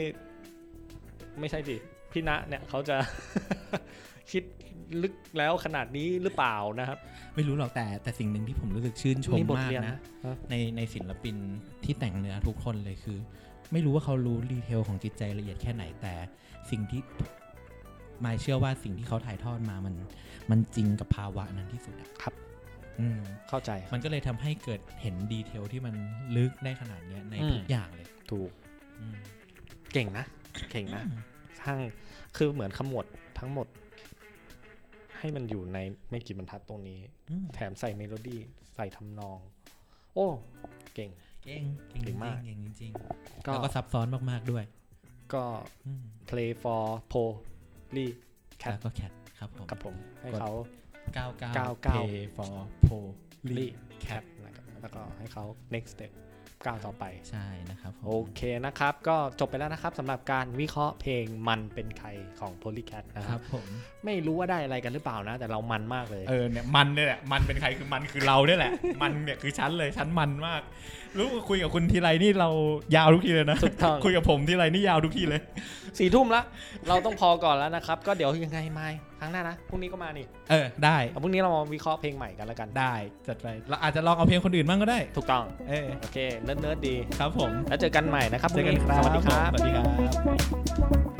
S1: ไม่ใช่ดิพี่ณะเนี่ยเขาจะ คิดลึกแล้วขนาดนี้หรือเปล่านะครับ
S2: ไม่รู้หรอกแต่แต่สิ่งหนึ่งที่ผมรู้สึกชื่นชม
S1: นี่บท
S2: มาก
S1: เรียน
S2: นะ
S1: ฮะ
S2: ในในศิลปินที่แต่งเนื้อทุกคนเลยคือ ไม่รู้ว่าเขารู้ดีเทลของจิตใจละเอียดแค่ไหนแต่สิ่งที่มายเชื่อว่าสิ่งที่เขาถ่ายทอดมามัน มันจริงกับภาวะนั้นที่สุดอะ
S1: ครับ
S2: อืม
S1: เข้าใจ
S2: มันก็เลยทำให้เกิดเห็นดีเทลที่มันลึกได้ขนาดเนี้ยใน
S1: อืม
S2: ทุกอย่างเลย
S1: ถูก
S2: อืม
S1: เก่งนะ เก่งนะสร้างคือเหมือนขมวดทั้งหมด ให้มันอยู่ในไม่กี่บรรทัดตรงนี้
S2: อืม
S1: แถมใส่เมโลดี้ ใส่ทำนอง โอ้ เก่ง
S2: เก่งเก่ง
S1: เก่
S2: จริ
S1: ง
S2: ง
S1: มาก
S2: เก่งจริงๆ
S1: ก็
S2: แล้วก็ซับซ้อนมากๆด้วย
S1: ก็
S2: อืม
S1: play for po l y แคท
S2: แล้วก็แคทครับผม
S1: กับผม ให้
S2: กด
S1: เขา
S2: 99
S1: 99
S2: Pay for Poli
S1: Lee
S2: Cat
S1: นะครับแล้วก็ให้เขา next step ก้าวต่อไป
S2: ใช่นะครับผม
S1: โอเคนะครับ ก็จบไปแล้วนะครับสำหรับการวิเคราะห์เพลงมันเป็นใครของ Polycat นะค
S2: ค
S1: รั
S2: รั
S1: บบ
S2: ผม
S1: ไม่รู้ว่าได้อะไรกันหรือเปล่านะ แต่เรามันมากเลย
S2: เออเนี่ยมันเนี่ยแหละมันเป็นใครคือมันคือเราเนี่ยแหละ มันเนี่ยคือฉันเลยฉันมันมาก รู้ว่าคุยกับคุณทีไรนี่เรายาวทุกทีเลยนะ
S1: ถูกต้อง
S2: คุยกับผมทีไรนี่ยาวทุกทีเลย
S1: สี่ทุ่มละ เราต้องพอก่อนแล้วนะครับ ก็เดี๋ยวยังไงไม่ครั้งหน้านะพรุ่งนี้ก็มานี่
S2: เออได้
S1: เอาพรุ่งนี้เรามาวิเคราะห์เพลงใหม่กันแล้วกัน
S2: ได้จัดไปเราอาจจะลองเอาเพลงคนอื่นบ้างก็ได้
S1: ถูกต้อง
S2: เออ
S1: โอเค เนิร์ดๆดี
S2: ครับผม
S1: แล้วเจอกันใหม่นะครับพ
S2: เจ
S1: รุ่
S2: อง กัน
S1: นี้
S2: ครับ
S1: สวัสดีครับ
S2: สวัสดีครับ